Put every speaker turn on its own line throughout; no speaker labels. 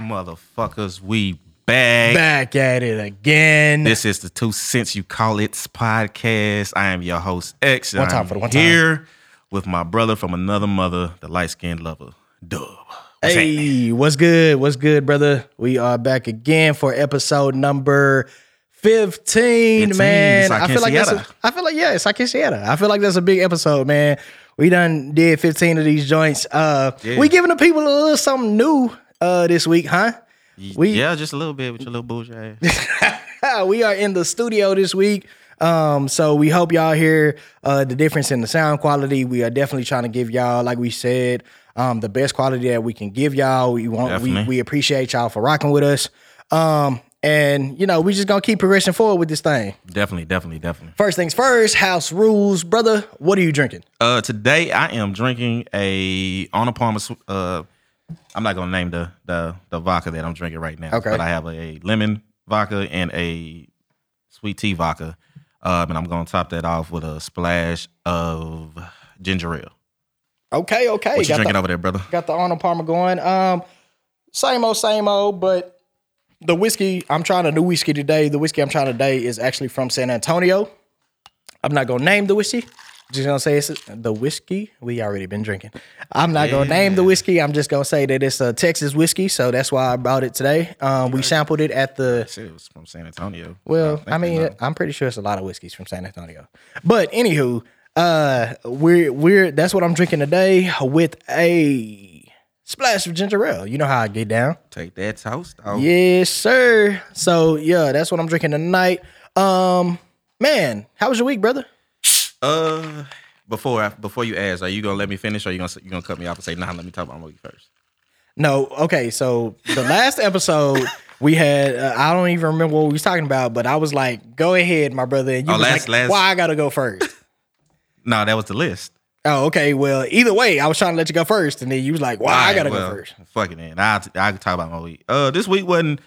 motherfuckers, we back.
Back at it again.
This is the Two Cents You Call It's podcast. I am your host, X. and
One time
I'm
for the one time.
Here with my brother from another mother, the light skinned lover, Dub. What's happening?
hey, what's good? What's good, brother? We are back again for episode number 15,
15,
man.
it's
I feel like that's a,
Arqueciada.
I feel like yeah, it's like Arqueciada. I feel like that's a big episode, man. We done did 15 of these joints. Uh
Yeah.
we giving the people a little something new uh this week, huh? we-
yeah, just a little bit with your little bullshit ass.
we are in the studio this week. Um, so we hope y'all hear uh, the difference in the sound quality. We are definitely trying to give y'all, like we said, um, the best quality that we can give y'all. We want we,
Definitely.
we appreciate y'all for rocking with us. Um, and you know, we just gonna keep progressing forward with this thing.
definitely, definitely, definitely.
First things first, house rules, brother. What are you drinking?
Uh, today I am drinking a on a palm. Uh, I'm not gonna name the the the vodka that I'm drinking right now.
Okay.
But I have a, lemon vodka and a sweet tea vodka, um, and I'm gonna top that off with a splash of ginger ale.
Okay, okay.
What you
Got the-
drinking over there, brother?
Got the Arnold Palmer going. Um, same old, same old, but the whiskey I'm trying a new whiskey today. The whiskey I'm trying today is actually from San Antonio. I'm not gonna name the whiskey. Just gonna say it's the whiskey we already been drinking. I'm not gonna name the whiskey. I'm just gonna say that it's a Texas whiskey, so that's why I brought it today. Um, we sampled it at the
Shit, it was from San Antonio.
well, I, mean, I'm pretty sure it's a lot of whiskeys from San Antonio. But anywho, uh, we're we're that's what I'm drinking today with a splash of ginger ale. You know how I get down.
take that toast. Oh,
Yes, sir. So yeah, that's what I'm drinking tonight. Um, man, how was your week, brother?
Uh, before I, before you ask, are you gonna let me finish, or you gonna s- you gonna cut me off and say, Nah, let me talk about my week first?
No, okay. So the last episode we had, uh, I don't even remember what we was talking about, but I was like, "Go ahead, my brother." And you
Oh,
was
last-
like,
last-
"Why I gotta go first?
No, that was the list.
Oh, okay. Well, either way, I was trying to let you go first, and then you was like, "Why I
Alright,
gotta
well,
go first?
Fuck it, then. I I can talk about my week. Uh, this week wasn't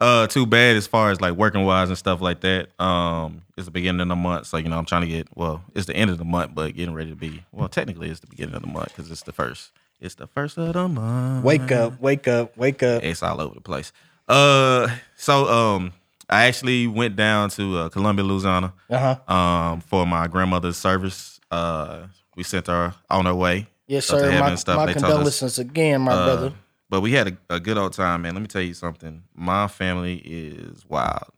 uh too bad as far as like working wise and stuff like that. Um, it's the beginning of the month, so you know I'm trying to get well. It's the end of the month, but getting ready to be well. Technically, it's the beginning of the month because it's the first. It's the first of the month.
Wake up, wake up, wake up.
It's all over the place. Uh, so um, I actually went down to uh, Columbia, Louisiana
Uh huh.
um, for my grandmother's service. Uh, we sent her on her way.
Yes,
up to
sir.
heaven
My,
and stuff.
my
They told us,
condolences again, my
uh,
brother.
But we had a, a good old time, man. Let me tell you something. My family is wild.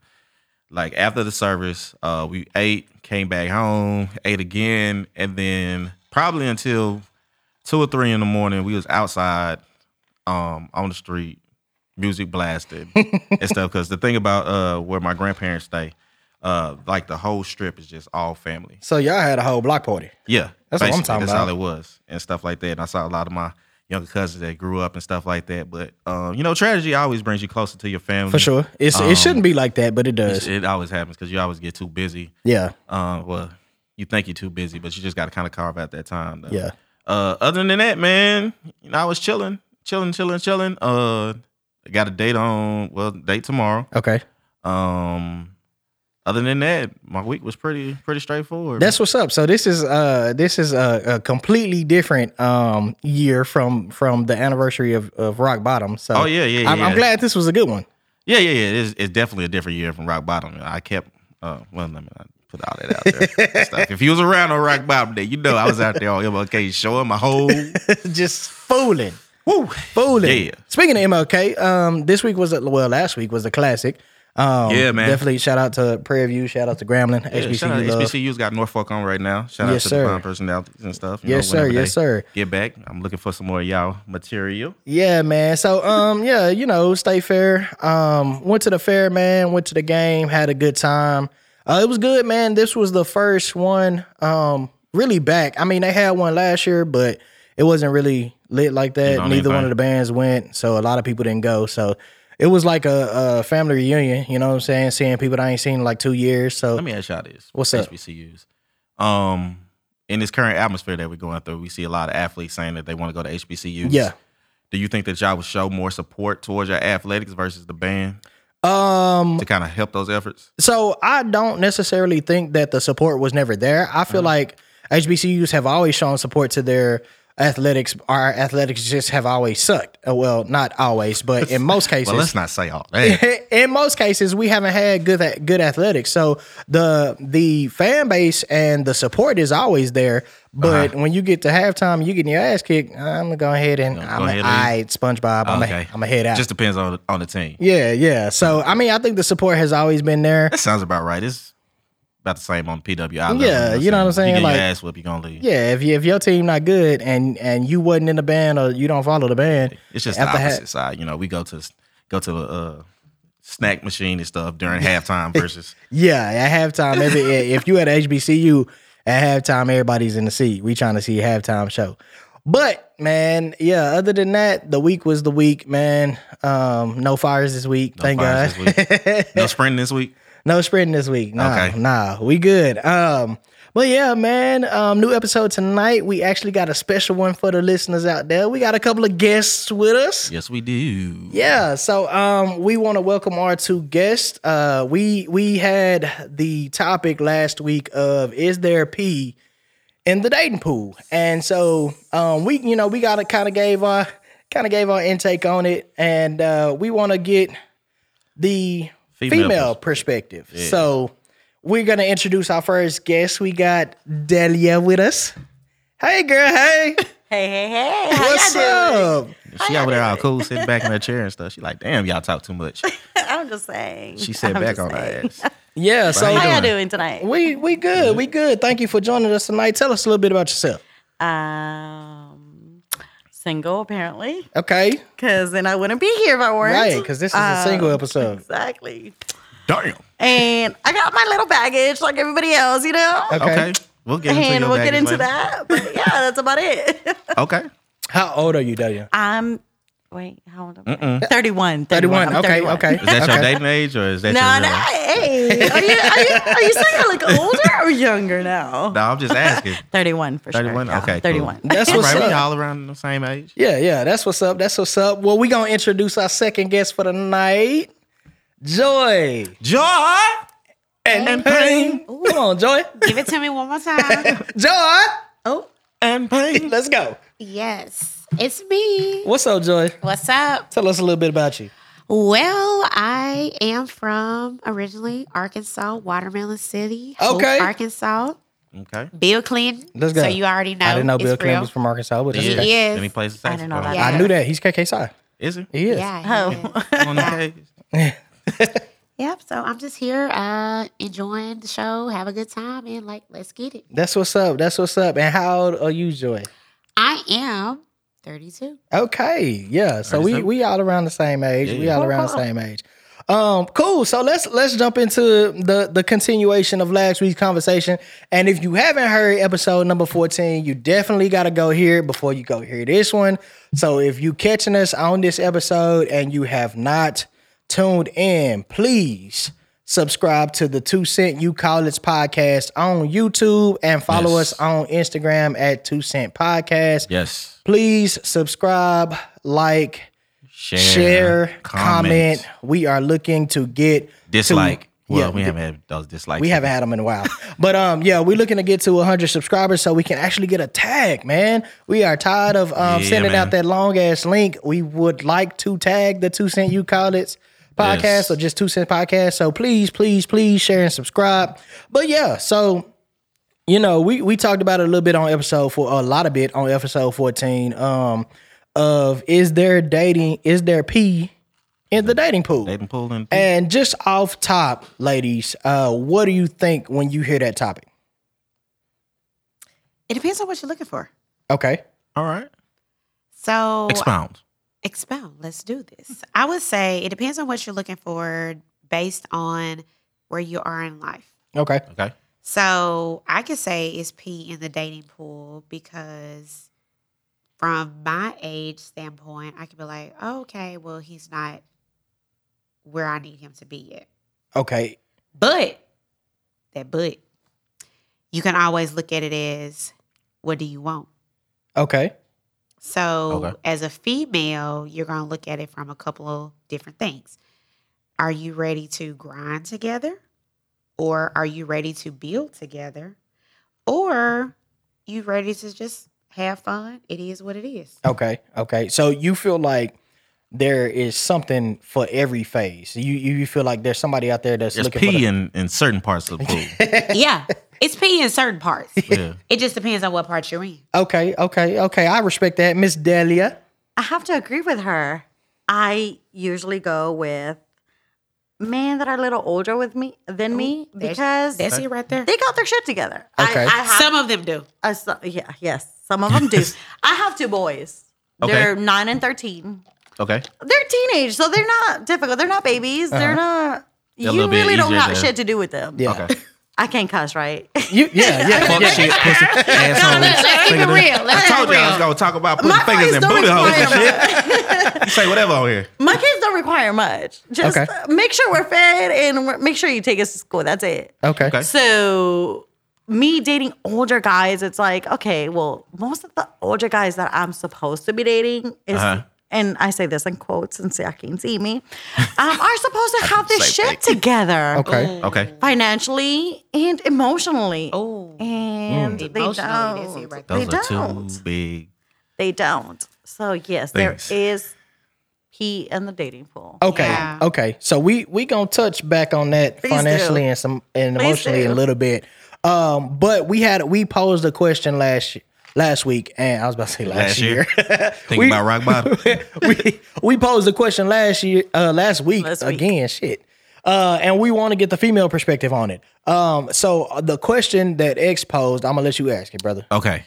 Like after the service, uh, we ate, came back home, ate again, and then probably until two or three in the morning, we was outside um, on the street, music blasted and stuff. Because the thing about uh, where my grandparents stay, uh, like the whole strip is just all family.
So y'all had a whole block party.
Yeah,
That's what I'm
basically,
talking
that's
about.
all it was and stuff like that. And I saw a lot of my younger cousins that grew up and stuff like that. But um, you know, tragedy always brings you closer to your family
For sure. It's
Um,
it shouldn't be like that, but it does.
It always happens because you always get too busy.
yeah.
Uh, well, you think you're too busy, but you just got to kind of carve out that time. Though.
Yeah.
Uh, other than that, man, you know, I was chilling, chilling, chilling, chilling. Uh, I got a date on well, date tomorrow.
Okay.
Um, other than that, my week was pretty pretty straightforward.
That's what's up. So this is uh this is a, a completely different um year from from the anniversary of, of Rock Bottom. So
oh yeah, yeah, yeah.
I'm, I'm glad this was a good one.
Yeah, yeah, yeah. It's, it's definitely a different year from Rock Bottom. I kept, uh, well, let me not put all that out there. and stuff. If you was around on Rock Bottom Day, you know I was out there on MLK showing my whole,
Just fooling.
woo,
Fooling.
Yeah.
Speaking of MLK, um, this week was a, well, last week was a classic. Um,
Yeah, man.
Definitely shout out to Prairie View, shout out to Gremlin,
Yeah,
HBCU.
shout out,
love.
HBCU's got Norfolk on right now. Shout
Yes,
out to
sir.
the Prime personalities and stuff. you
Yes,
know,
sir.
whenever
Yes,
they
sir.
Get back. I'm looking for some more of y'all material.
Yeah, man. So, um, yeah, you know, stay fair. Um, went to the fair, man. Went to the game. Had a good time. Uh, it was good, man. This was the first one, um, really back. I mean, they had one last year, but it wasn't really lit like that.
know
Neither one
anything?
of the bands went, so a lot of people didn't go. So it was like a, a family reunion. You know what I'm saying? Seeing people that I ain't seen in like two years. So
Let me ask y'all this.
What's up?
HBCUs. Um, in this current atmosphere that we're going through, we see a lot of athletes saying that they want to go to HBCUs.
yeah.
Do you think that y'all would show more support towards your athletics versus the band
Um,
to kind of help those efforts?
So I don't necessarily
Mm.
think that the support was never there. I feel like HBCUs have always shown support to their athletics, our athletics just have always sucked. Uh, Well, not always, but in most cases,
Well, let's not say all that.
in most cases we haven't had good good athletics so the the fan base and the support is always there but
Uh-huh.
when you get to halftime you getting your ass kicked i'm gonna go ahead and
ahead
i'm gonna
and-
eye spongebob i'm gonna
Okay.
I'm head out
Just depends on on the team.
yeah yeah so i mean i think the support has always been there
That sounds about right. It's about the same on PWI. level,
Yeah, you know what I'm saying?
You get
Like-
your ass whipped, you gonna leave.
yeah if, you, if your team not good and and you wasn't in the band or you don't follow the band
It's just
After
the
ha-
opposite side. You know, we go to go to the uh, snack machine and stuff during halftime versus
yeah at halftime every, if you at hbcu at halftime everybody's in the seat we trying to see a halftime show But man, yeah, other than that, the week was the week, man. Um, no fires this week, thank
fires
God.
no sprinting this week.
no sprinting this week. Nah,
Okay.
nah, we good. Um, but yeah, man, um, new episode tonight. We actually got a special one for the listeners out there. We got a couple of guests with us.
Yes, we do.
Yeah, so um, we want to welcome our two guests. Uh, we we had the topic last week of is there pee in the dating pool, and so um, we you know we got to kind of gave our kind of gave our intake on it, and uh, we want to get the female,
Female
perspective. So we're gonna introduce our first guest. We got Delia with us. Hey, girl. Hey,
Hey, hey, hey. How
what's
y'all doing?
up?
She over there all cool, sitting back in her chair and stuff. She like, damn, y'all talk too much.
I'm just saying.
She sat
I'm
back
just
on her
saying.
ass.
Yeah. So
you
How y'all
doing?
doing tonight?
We we good. We good. Thank you for joining us tonight. Tell us a little bit about yourself.
Um, single, apparently,
Okay.
because then I wouldn't be here if I weren't.
Right, because this is a single
Um,
episode.
Exactly.
Damn.
And I got my little baggage like everybody else, you know?
Okay.
Okay. We'll get into
and
your
we'll get
baggage
into
later.
that. But yeah, that's about it.
Okay.
How old are you, Delia?
I'm, wait, how old am I? 31. 31.
31.
I'm
Okay,
31.
okay.
Is that your
Okay.
dating age or is that
No,
your
no,
real age?
hey. Are you, are, you, are you saying you're like older or younger now?
No, I'm just asking.
31 for
31?
sure. Yeah,
Okay, cool.
31.
That's
All
what's
right, we
up.
all around the same age.
Yeah, yeah, that's what's up. That's what's up. Well, we gonna introduce our second guest for the night, Joy
Joy
and, Pain. Come on, Joy,
Give it to me one more time.
Joy.
oh,
and Pain.
Let's go.
yes. It's me.
What's up, Joy?
What's up?
Tell us a little bit about you.
Well, I am from originally Arkansas, Watermelon City. Hope,
Okay.
Arkansas.
Okay.
Bill Clinton.
Let's go.
So you already know.
I didn't know
it's
Bill
real.
Clinton was from Arkansas, but that's
He
okay.
is.
Let me play some
I didn't know
saxophone.
about
I knew that. He's KK Psy.
Is it?
He is.
Yeah. he is.
Oh.
On the cage?
Yep. So I'm just here uh, enjoying the show. Have a good time and like, let's get it.
That's what's up. That's what's up. And how old are you, Joy?
I am 32.
Okay, yeah. So we
37?
we all around the same age. We
Yeah.
all around the same age. Um, cool. So let's let's jump into the the continuation of last week's conversation. And if you haven't heard episode number fourteen, you definitely got to go here before you go hear this one. So if you catching us on this episode and you have not tuned in, please subscribe to the Two Cent You College podcast on YouTube and follow
Yes.
us on Instagram at Two Cent Podcast
Yes.
please subscribe, like,
Share.
share, comment. We are looking to get
Dislike.
To,
well,
yeah,
we haven't had those dislikes.
we haven't had them in a while, but um, yeah, we're looking to get to 100 subscribers so we can actually get a tag, man. We are tired of um
Yeah,
sending out
man.
that long ass link. We would like to tag the Two Cent You College podcast
Yes.
or just Two Cent Podcast. So please, please, please share and subscribe. But yeah, so you know, we we talked about it a little bit on episode four, a lot of bit on episode 14. Um, of is there dating? Is there pee in the dating pool?
Dating pool and
And just off top, ladies, uh, what do you think when you hear that topic?
It depends on what you're looking for.
Okay.
All right.
So
Expound.
expound. Let's do this. I would say it depends on what you're looking for based on where you are in life.
Okay.
Okay.
So I could say it's P in the dating pool because from my age standpoint, I could be like, oh, okay, well, he's not where I need him to be yet.
Okay.
But that but you can always look at it as what do you want?
Okay.
So,
Okay.
as a female, you're going to look at it from a couple of different things. Are you ready to grind together? Or are you ready to build together? Or you ready to just have fun. It is what it is.
Okay, okay. So you feel like there is something for every phase. You you you feel like there's somebody out there that's
There's
looking
pee
for
in, in certain parts of the pool.
yeah. It's pee in certain parts.
yeah.
It just depends on what part you're in.
the, Okay, okay, okay. I respect that, Miss Delia.
I have to agree with her. I usually go with men that are a little older with me
Oh,
than me
There's-
because
that's it right there.
they got their shit together.
Okay.
I, I have,
Some of them do.
uh, so- yeah, yes, some of them do. I have two boys.
Okay.
They're nine and thirteen.
Okay.
They're teenage, so they're not difficult. They're not babies. They're not.
Uh-huh. a
you
little bit
really don't
easier
have
to-
shit to do with them.
Yeah.
Okay.
I can't cuss, right?
You yeah, yeah.
Fuck
yeah.
shit, pussy, asshole.
let's keep it
finger.
real. Let's
I told
keep it
y'all I was
real.
gonna talk about putting
My
fingers
voice
in
don't Mm,
booty holes and
require
shit. You say whatever on here.
My kids don't require much. Just
Okay.
uh, make sure we're fed and we're, make sure you take us to school. That's it.
Okay.
Okay.
So me dating older guys, it's like, okay, well, most of the older guys that I'm supposed to be dating is
Uh-huh.
and I say this in quotes and y'all can see me, um, are supposed to have this
Same
shit together.
Okay.
Okay.
Financially and emotionally.
Oh.
And they don't.
Emotionally, that's it right there.
they
Mm. Those are
don't.
two big
They don't. So yes,
Thanks.
there is pee in the dating pool.
Oh.
Okay.
Yeah.
Okay. So we we gonna touch back on that
Please
financially
do.
and some and
Please
emotionally
do.
a little bit. Um, but we had we posed a question last last week, and I was about to say last,
Last year.
year.
Think
We-
about rock bottom.
we we posed a question last year, uh, last week
Last week.
again. Shit, uh, and we want to get the female perspective on it. Um, so uh, the question that X posed, I'm gonna let you ask it, brother.
Okay.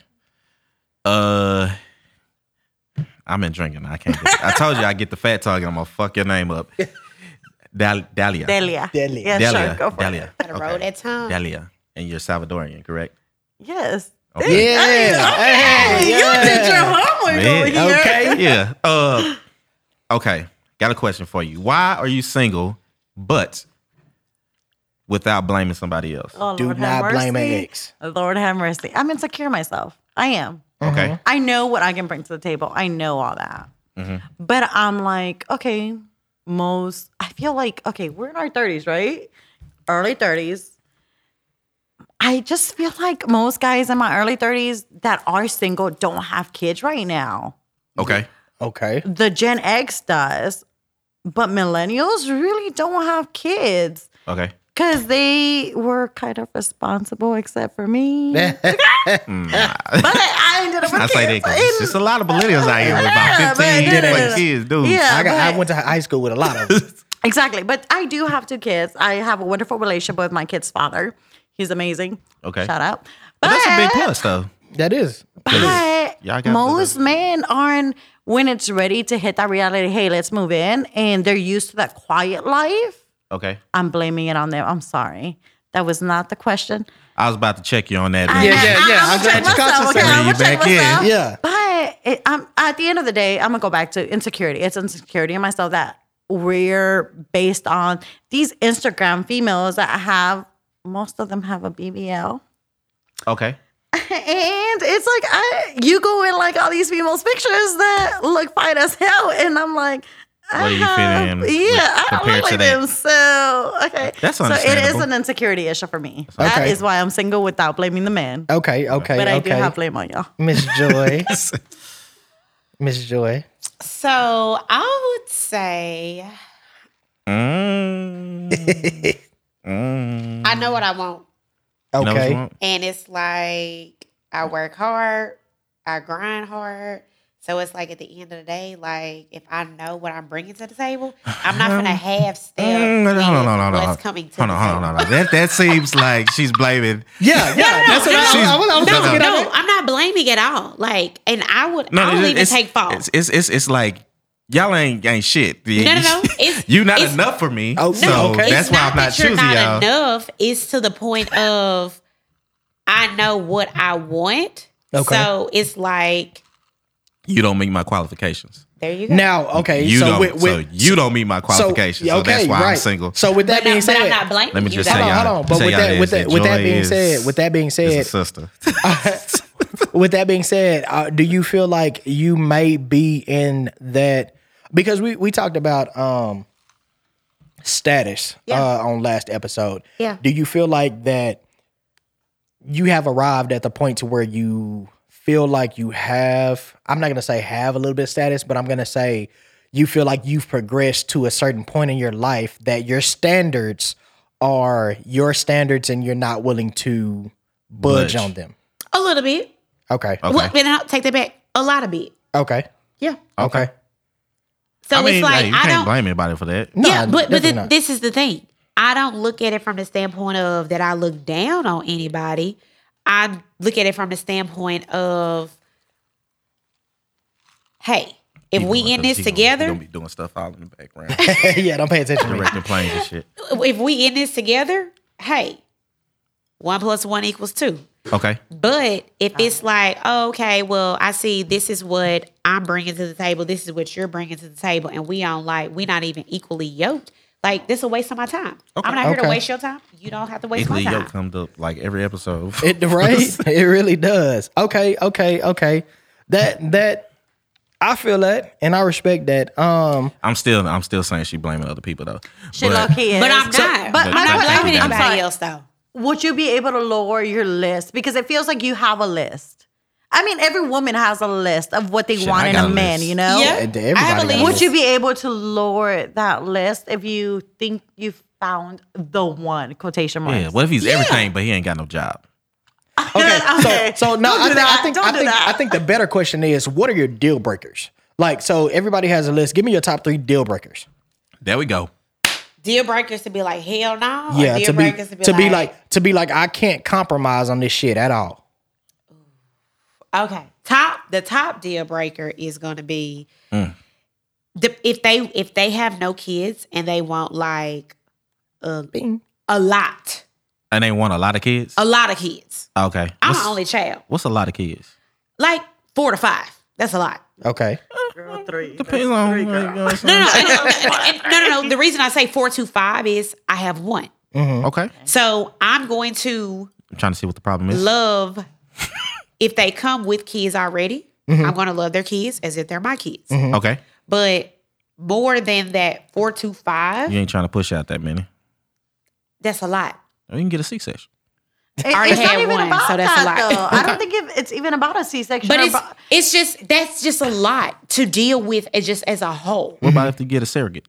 Uh, I've been drinking. I can't. Get, I told you I get the fat talking. I'm gonna fuck your name up. Dal- Dalia.
Delia.
Delia.
Yeah,
Dalia.
sure. Go for
Dalia.
it.
Gotta roll
Okay.
that tongue.
Dalia. And you're Salvadorian, correct?
Yes.
Yeah,
Okay.
Hey,
You did your
yeah.
homework
Man.
over here.
Okay.
Yeah. Uh, okay. Got a question for you. Why are you single, but without blaming somebody else?
Oh,
Do
Lord have
not blame
mercy.
X.
Lord have mercy. I'm insecure myself. I am.
Okay.
I know what I can bring to the table. I know all that.
Mm-hmm.
Mhm.
But I'm like, okay, most, I feel like, okay, we're in our 30s, right? Early 30s. I just feel like most guys in my early 30s that are single don't have kids right now.
Okay.
Okay.
The Gen X does, but millennials really don't have kids.
Okay.
Cause they were kind of responsible, except for me. but
Mm.
I ended up with
I say that
kids.
'cause it's just a lot of millennials out here with
Yeah,
about
but
15,
no, no, no,
20
no.
kids, dude.
Yeah.
I, got, I
but-
went to high school with a lot of them.
exactly. But I do have two kids. I have a wonderful relationship with my kid's father. He's amazing.
Okay.
Shout out.
But
But
that's a big plus, though.
that is.
But
Y'all got the-
most men aren't when it's ready to hit that reality. Hey, let's move in, and they're used to that quiet life.
Okay.
I'm blaming it on them. I'm sorry. That was not the question.
I was about to check you on that. man.
Yeah, yeah, yeah.
I'm
I'm glad you
check myself,
caught
okay?
yourself.
I'm gonna check
Back in.
myself.
Yeah.
But it, I'm, at the end of the day, I'm gonna go back to insecurity. It's insecurity in myself that we're based on these Instagram females that have. Most of them have a BBL,
Okay.
and it's like I you go in like all these females' pictures that look fine as hell, and I'm like, I
Where do you fit
have-
in
yeah, I don't
compared
look
to
like
that?
them. So okay,
That's
so it is
understandable.
an insecurity issue for me. That
Okay.
is why I'm single without blaming the man,
Okay. Okay.
but I do
okay.
have blame on y'all.
Miss Joy. Miss Joy.
So I would say
Mm. Mm.
I know what I want.
You know what you
Okay.
want?
And it's like I work hard, I grind hard. So it's like at the end of the day, like if I know what I'm bringing to the table, I'm not gonna half step
Mm, no, no, no, no, no, no.
what's coming to
Hold
the
on, hold
table.
on, hold on. That, that seems like she's blaming.
Yeah. Yeah. That's what
no,
I, I, was- I was
no,
about to get at
No,
it.
I'm not blaming at all. Like, and I would, I don't
it's-
even
it's,
take fault.
It's, it's it's it's like y'all ain't ain't shit.
No, no, no. It's-
you not
it's-
enough for me.
Oh,
so
no, okay.
that's
it's
why
not
I'm not
that you're
choosing
not
y'all.
enough. It's to the point of I know what I want.
Okay.
So it's like
You don't meet my qualifications.
there you go.
Now, okay.
You
so
don't.
With,
so
with,
you don't meet my qualifications. So,
yeah,
that's why I'm
right.
single.
So with that
but,
being
not,
said,
but I'm not blaming
Let me
you.
just
though.
say
hold
y'all.
on, hold on. But
say
with
y'all
that-
is
with that- with that
Joy
being
is-
said- with that being
is
said-
a sister.
with that being said, uh, do you feel like you may be in that? Because we we talked about um status
Yeah.
uh, on last episode.
Yeah.
Do you feel like that you have arrived at the point to where you feel like you have, I'm not going to say have a little bit of status, but I'm going to say you feel like you've progressed to a certain point in your life that your standards are your standards and you're not willing to budge
Budge.
on them.
A little bit.
Okay.
Okay.
Well, then I'll take that back. A lot of bit.
Okay.
Yeah.
Okay.
So
I mean,
it's like
hey, you
I
can't
don't.
blame anybody for that.
No,
yeah, but but
definitely
th-
not.
this is the thing. I don't look at it from the standpoint of that I look down on anybody. I look at it from the standpoint of, hey, if
He
we
gonna-
in this
he gonna- he
together,
gonna be doing stuff all in the background,
yeah, don't pay attention to me.
directing planes and shit.
if we in this together, hey, one plus one equals two.
Okay,
But if it's like, oh, okay, well, I see this is what I'm bringing to the table, this is what you're bringing to the table, and we on like we not even equally yoked. Like this a waste of my time. I'm not here
Okay.
to waste your time. You don't have to waste
Italy
my time.
yoke comes up like every episode.
It right? it really does. Okay, okay, okay. That that I feel that and I respect that. Um
I'm still, I'm still saying she blaming other people though.
She
But-
lucky is.
But I'm not.
But
But
I'm
that's
I'm not
like
not
blaming
that.
I'm
anybody
sorry.
else though.
Would you be able to lower your list? Because it feels like you have a list. I mean, every woman has a list of what they
Shit,
want
I
in
got
a
a
man,
list.
you know?
Yeah,
d-
I
everybody
believe-
got
Would
Yes.
you be able to lower that list if you think you've found the one quotation marks?
Yeah, what if he's everything but he ain't got no job?
okay,
Okay.
So, so no, I
Don't do
think,
that.
I think
Don't
I
do
think
that.
I think the better question is what are your deal breakers? Like so everybody has a list. Give me your top 3 deal breakers.
There we go.
Deal breakers to be like, hell no. or
Yeah,
Oh, deal
to be
breakers
to be, like to be like I can't compromise on this shit at all.
Okay. Top the top deal breaker is going to be the, if they if they have no kids and they want like a,
Bing.
a lot,
And they want a lot of kids. Ah,
a lot of kids.
Okay,
I'm
what's,
an only child.
what's a lot of kids?
Like four to five. That's a lot.
Okay.
Girl, three.
Depends on. like, you know what I'm
No,
saying?
no, no, no, no, no, no. The reason I say four to five is I have one.
Okay,
So I'm going to
I'm trying to see what the problem is.
love if they come with kids already. I'm going to love their kids as if they're my kids.
Okay,
But more than that, four to five.
you ain't trying to push out that many. Oh,
That's a lot.
You can get a C-section.
It-
already
it's not
had
even
one,
about
so that's a
that,
lot.
though. I don't think it, it's even about a C-section.
But
or
it's
about-
it's just that's just a lot to deal with as just as a whole.
What about if they get a surrogate?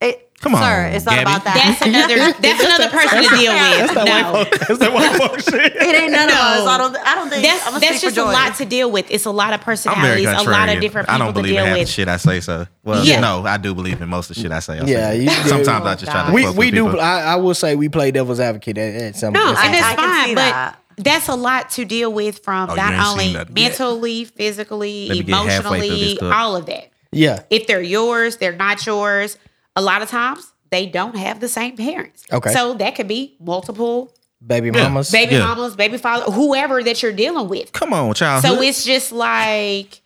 it,
Come on,
sir, it's not
Gabby.
about that.
That's another that's another person to deal with. No.
That's the white folk shit.
it ain't none of us.
No.
I don't. I don't think. I'm
That's
gonna
that's
speak
just
for
a
Joy.
lot to deal with. It's a lot of
I'm very
personalities,
contrarian.
a lot of different people
I don't believe in
to deal
half the
with.
shit I say, so. Well,
Yeah.
no, I do believe in most of the shit I say. I
Yeah,
say.
you do.
sometimes I just try to.
We-
We
fuck
we
with
do
people.
I, I will say we play devil's advocate at, at some
No,
at some
and
I
that's
can see
fine, but
that.
that's a lot to deal with from
Oh, you ain't
not
seen
only
nothing yet.
mentally, physically,
Let me get halfway through this
emotionally,
cup.
all of that.
Yeah.
If they're yours, they're not yours. A lot of times they don't have the same parents.
Okay.
So that could be multiple
Baby
Yeah.
mamas.
baby
Yeah.
mamas, baby father, whoever that you're dealing with.
Come on, child.
So it's just like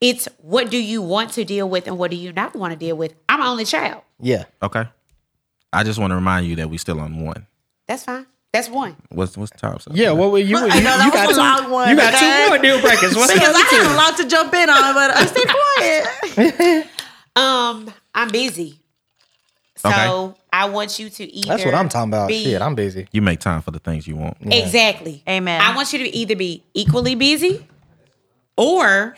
it's what do you want to deal with and what do you not want to deal with? I'm an only child.
Yeah.
okay. I just want to remind you that we still on one.
That's fine. That's one.
What's what's the top? side?
Yeah, what were you?
Well,
you,
I know that
you
was a loud one,
You got
okay?
two more deal breakers. What's
because
the
I
other
had
two?
a lot to jump in on, but I stayed quiet.
Um, I'm busy. So
Okay.
I want you to either
That's what I'm talking about.
be-
Shit, I'm busy.
You make time for the things you want.
Exactly.
Amen.
I want you to either be equally busy or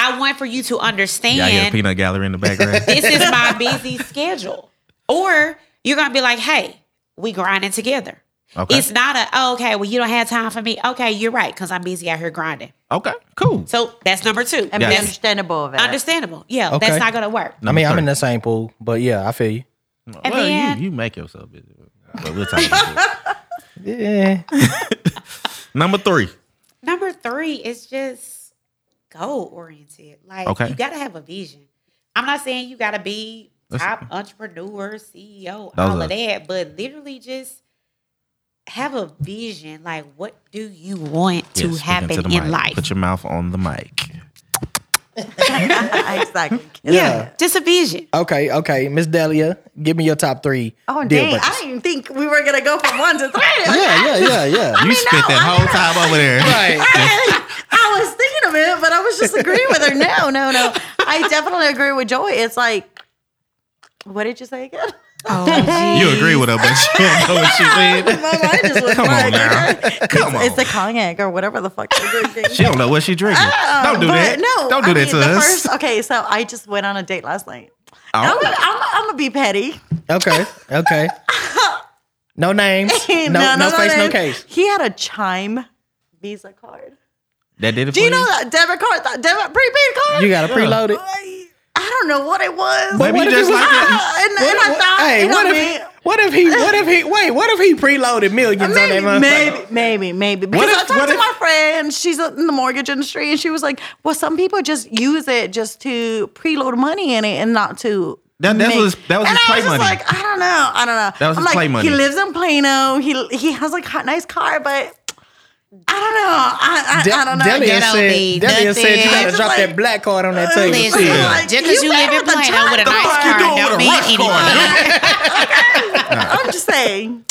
I want for you to understand
Yeah, I hear a peanut gallery in the background.
this is my busy schedule. Or you're gonna be like, hey, we grinding together.
Okay.
It's not a oh, okay, well, you don't have time for me. Okay, you're right, because I'm busy out here grinding.
okay, cool.
So that's number two.
And be
Yes.
That's
understandable of it.
understandable. Yeah,
Okay.
that's not gonna work.
I mean, I'm
Number
in the same pool, but yeah, I feel you.
And
well,
then-
you you make yourself busy. But we'll talk about this.
Yeah.
Number three.
Number three is just goal oriented. Like
Okay.
you gotta have a vision. I'm not saying you gotta be
That's-
top entrepreneur, CEO,
That was
all
a-
of that, but literally just have a vision. Like what do you want
Yes,
to
speaking
happen
the
in
mic.
life?
Put your mouth on the mic.
exactly.
Yeah.
Just a vision.
Okay, okay. Miss Delia, give me your top three
Oh
deal
dang! I
breakers.
didn't even think we were gonna go from one to three.
Yeah, yeah, yeah, yeah.
You spent that whole time over there.
right.
I was thinking of it, but I was just agreeing with her. No, no, no. I definitely agree with Joey. It's like, what did you say again?
Oh,
You agree with her, but you don't know what she
My
said.
mind just went
Come on
blank.
now. Come on.
It's the cognac or whatever the fuck they're drinking.
She don't know what she drinking.
Uh,
don't do
but
that.
No,
don't do
I
that
mean,
to
the
us.
first- okay, so I just went on a date last night.
Oh.
I'm gonna, I'm, I'm gonna be petty.
Okay. Okay. No names. No, no, face, no
name.
case.
He had a Chime Visa card.
that did it.
Do
for
you know that debit card, that debit prepaid card?
You got to
Yeah.
preload it.
I, I don't know what it was.
Maybe
what
you
if
just
it was-
like it.
Ah, and,
What-
and I
what-
thought,
hey,
you know
what
what
if, he, what if he? What if he? Wait, what if he preloaded millions
Maybe,
on that? motherfucker?
maybe, maybe, maybe. Because
if-
I talked
what
to
if-
my friend, she's in the mortgage industry, and she was like, "Well, some people just use it just to preload money in it and not to."
That- that's
make-
his- that was
and
his
I
play
was just
money.
Like I don't know, I don't know.
That was
I'm
his
like,
play money.
He lives in Plano. He he has like a nice car, but I don't know. I I,
De-
I don't know.
Delia
You don't
said,
need
Delia said you
nothing.
gotta
Just
drop that
like-
black card on that table.
Listen,
Shit.
Like,
just because
you
you live
better
in
than
Plano with a
the
nice
fuck
you
car,
doing with a
don't mean
rush card?
anything.
I'm just saying.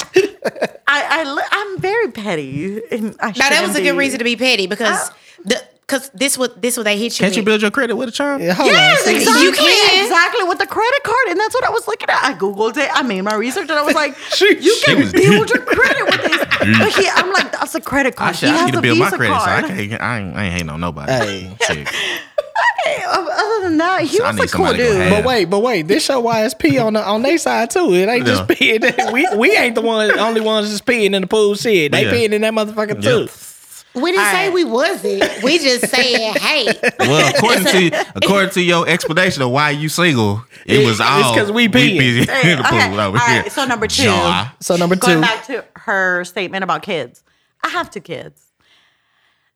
I, I li- I'm very petty. And I
Now that was a good reason to be petty because the because this would this would they hit you.
Can't you
with.
build your credit with a charm?
Yeah, hold on.
Yes,
See,
exactly.
You can.
exactly with the credit card, and that's what I was looking at. I googled it. I made my research, and I was like,
She-
"You
she
can
was
build your credit with this." But he, I'm like, "That's a credit
I
card.
should.
he
I
has
need to
a
build my
Visa
credit,
card."
so I can't. I ain't, I ain't hating on nobody.
Hey.
Shit.
Hey, um, other than that, he
So I
was
need
a cool
somebody to go
dude.
hang.
But wait, but wait, this show YSP on the, on their side too. It ain't just
Yeah.
peeing. We we ain't the one only ones just peeing in the pool shit. They
Yeah.
peeing in that
Yep.
motherfucker too.
We didn't say
Alright.
we wasn't. We just said, hey,
Well, according to according to your explanation of why you single, it
It-
was
it's
all
'cause we peeing.
busy
Hey,
in the pool
okay,
over
all
here.
right, so number two.
Jar.
So number
Going
two,
back to her statement about kids, I have two kids.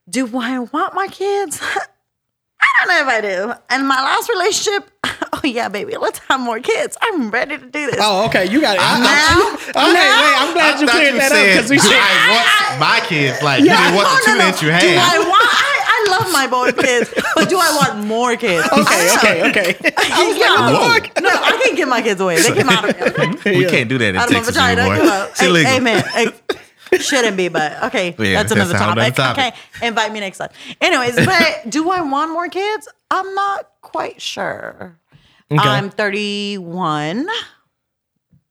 Do I want my kids? I don't know if I do. And my last relationship, oh yeah, baby, let's have more kids. I'm ready to do this.
oh okay, you got it. I,
Now,
I, okay,
now-
wait, I'm glad you
Thought
cleared
you
that
said,
up because we
"Do
said
"Ah,
I want my kids like you didn't want the
Oh, No,
two
no, no.
that you
Do I
had.
want? I, I love my both kids, but do I want more kids?
okay, okay, okay. I was
Yeah.
like, what the
Whoa.
fuck?
No, I can't give my kids away. They came out of me.
We can't do that in
Out of my
Texas
vagina. Come on.
anymore. It's
Hey,
illegal.
hey, man. Hey, shouldn't be, but okay.
Yeah,
that's another
that's a whole
topic.
nother topic.
Okay. Invite me next time. Anyways, but do I want more kids? I'm not quite sure. I'm 31.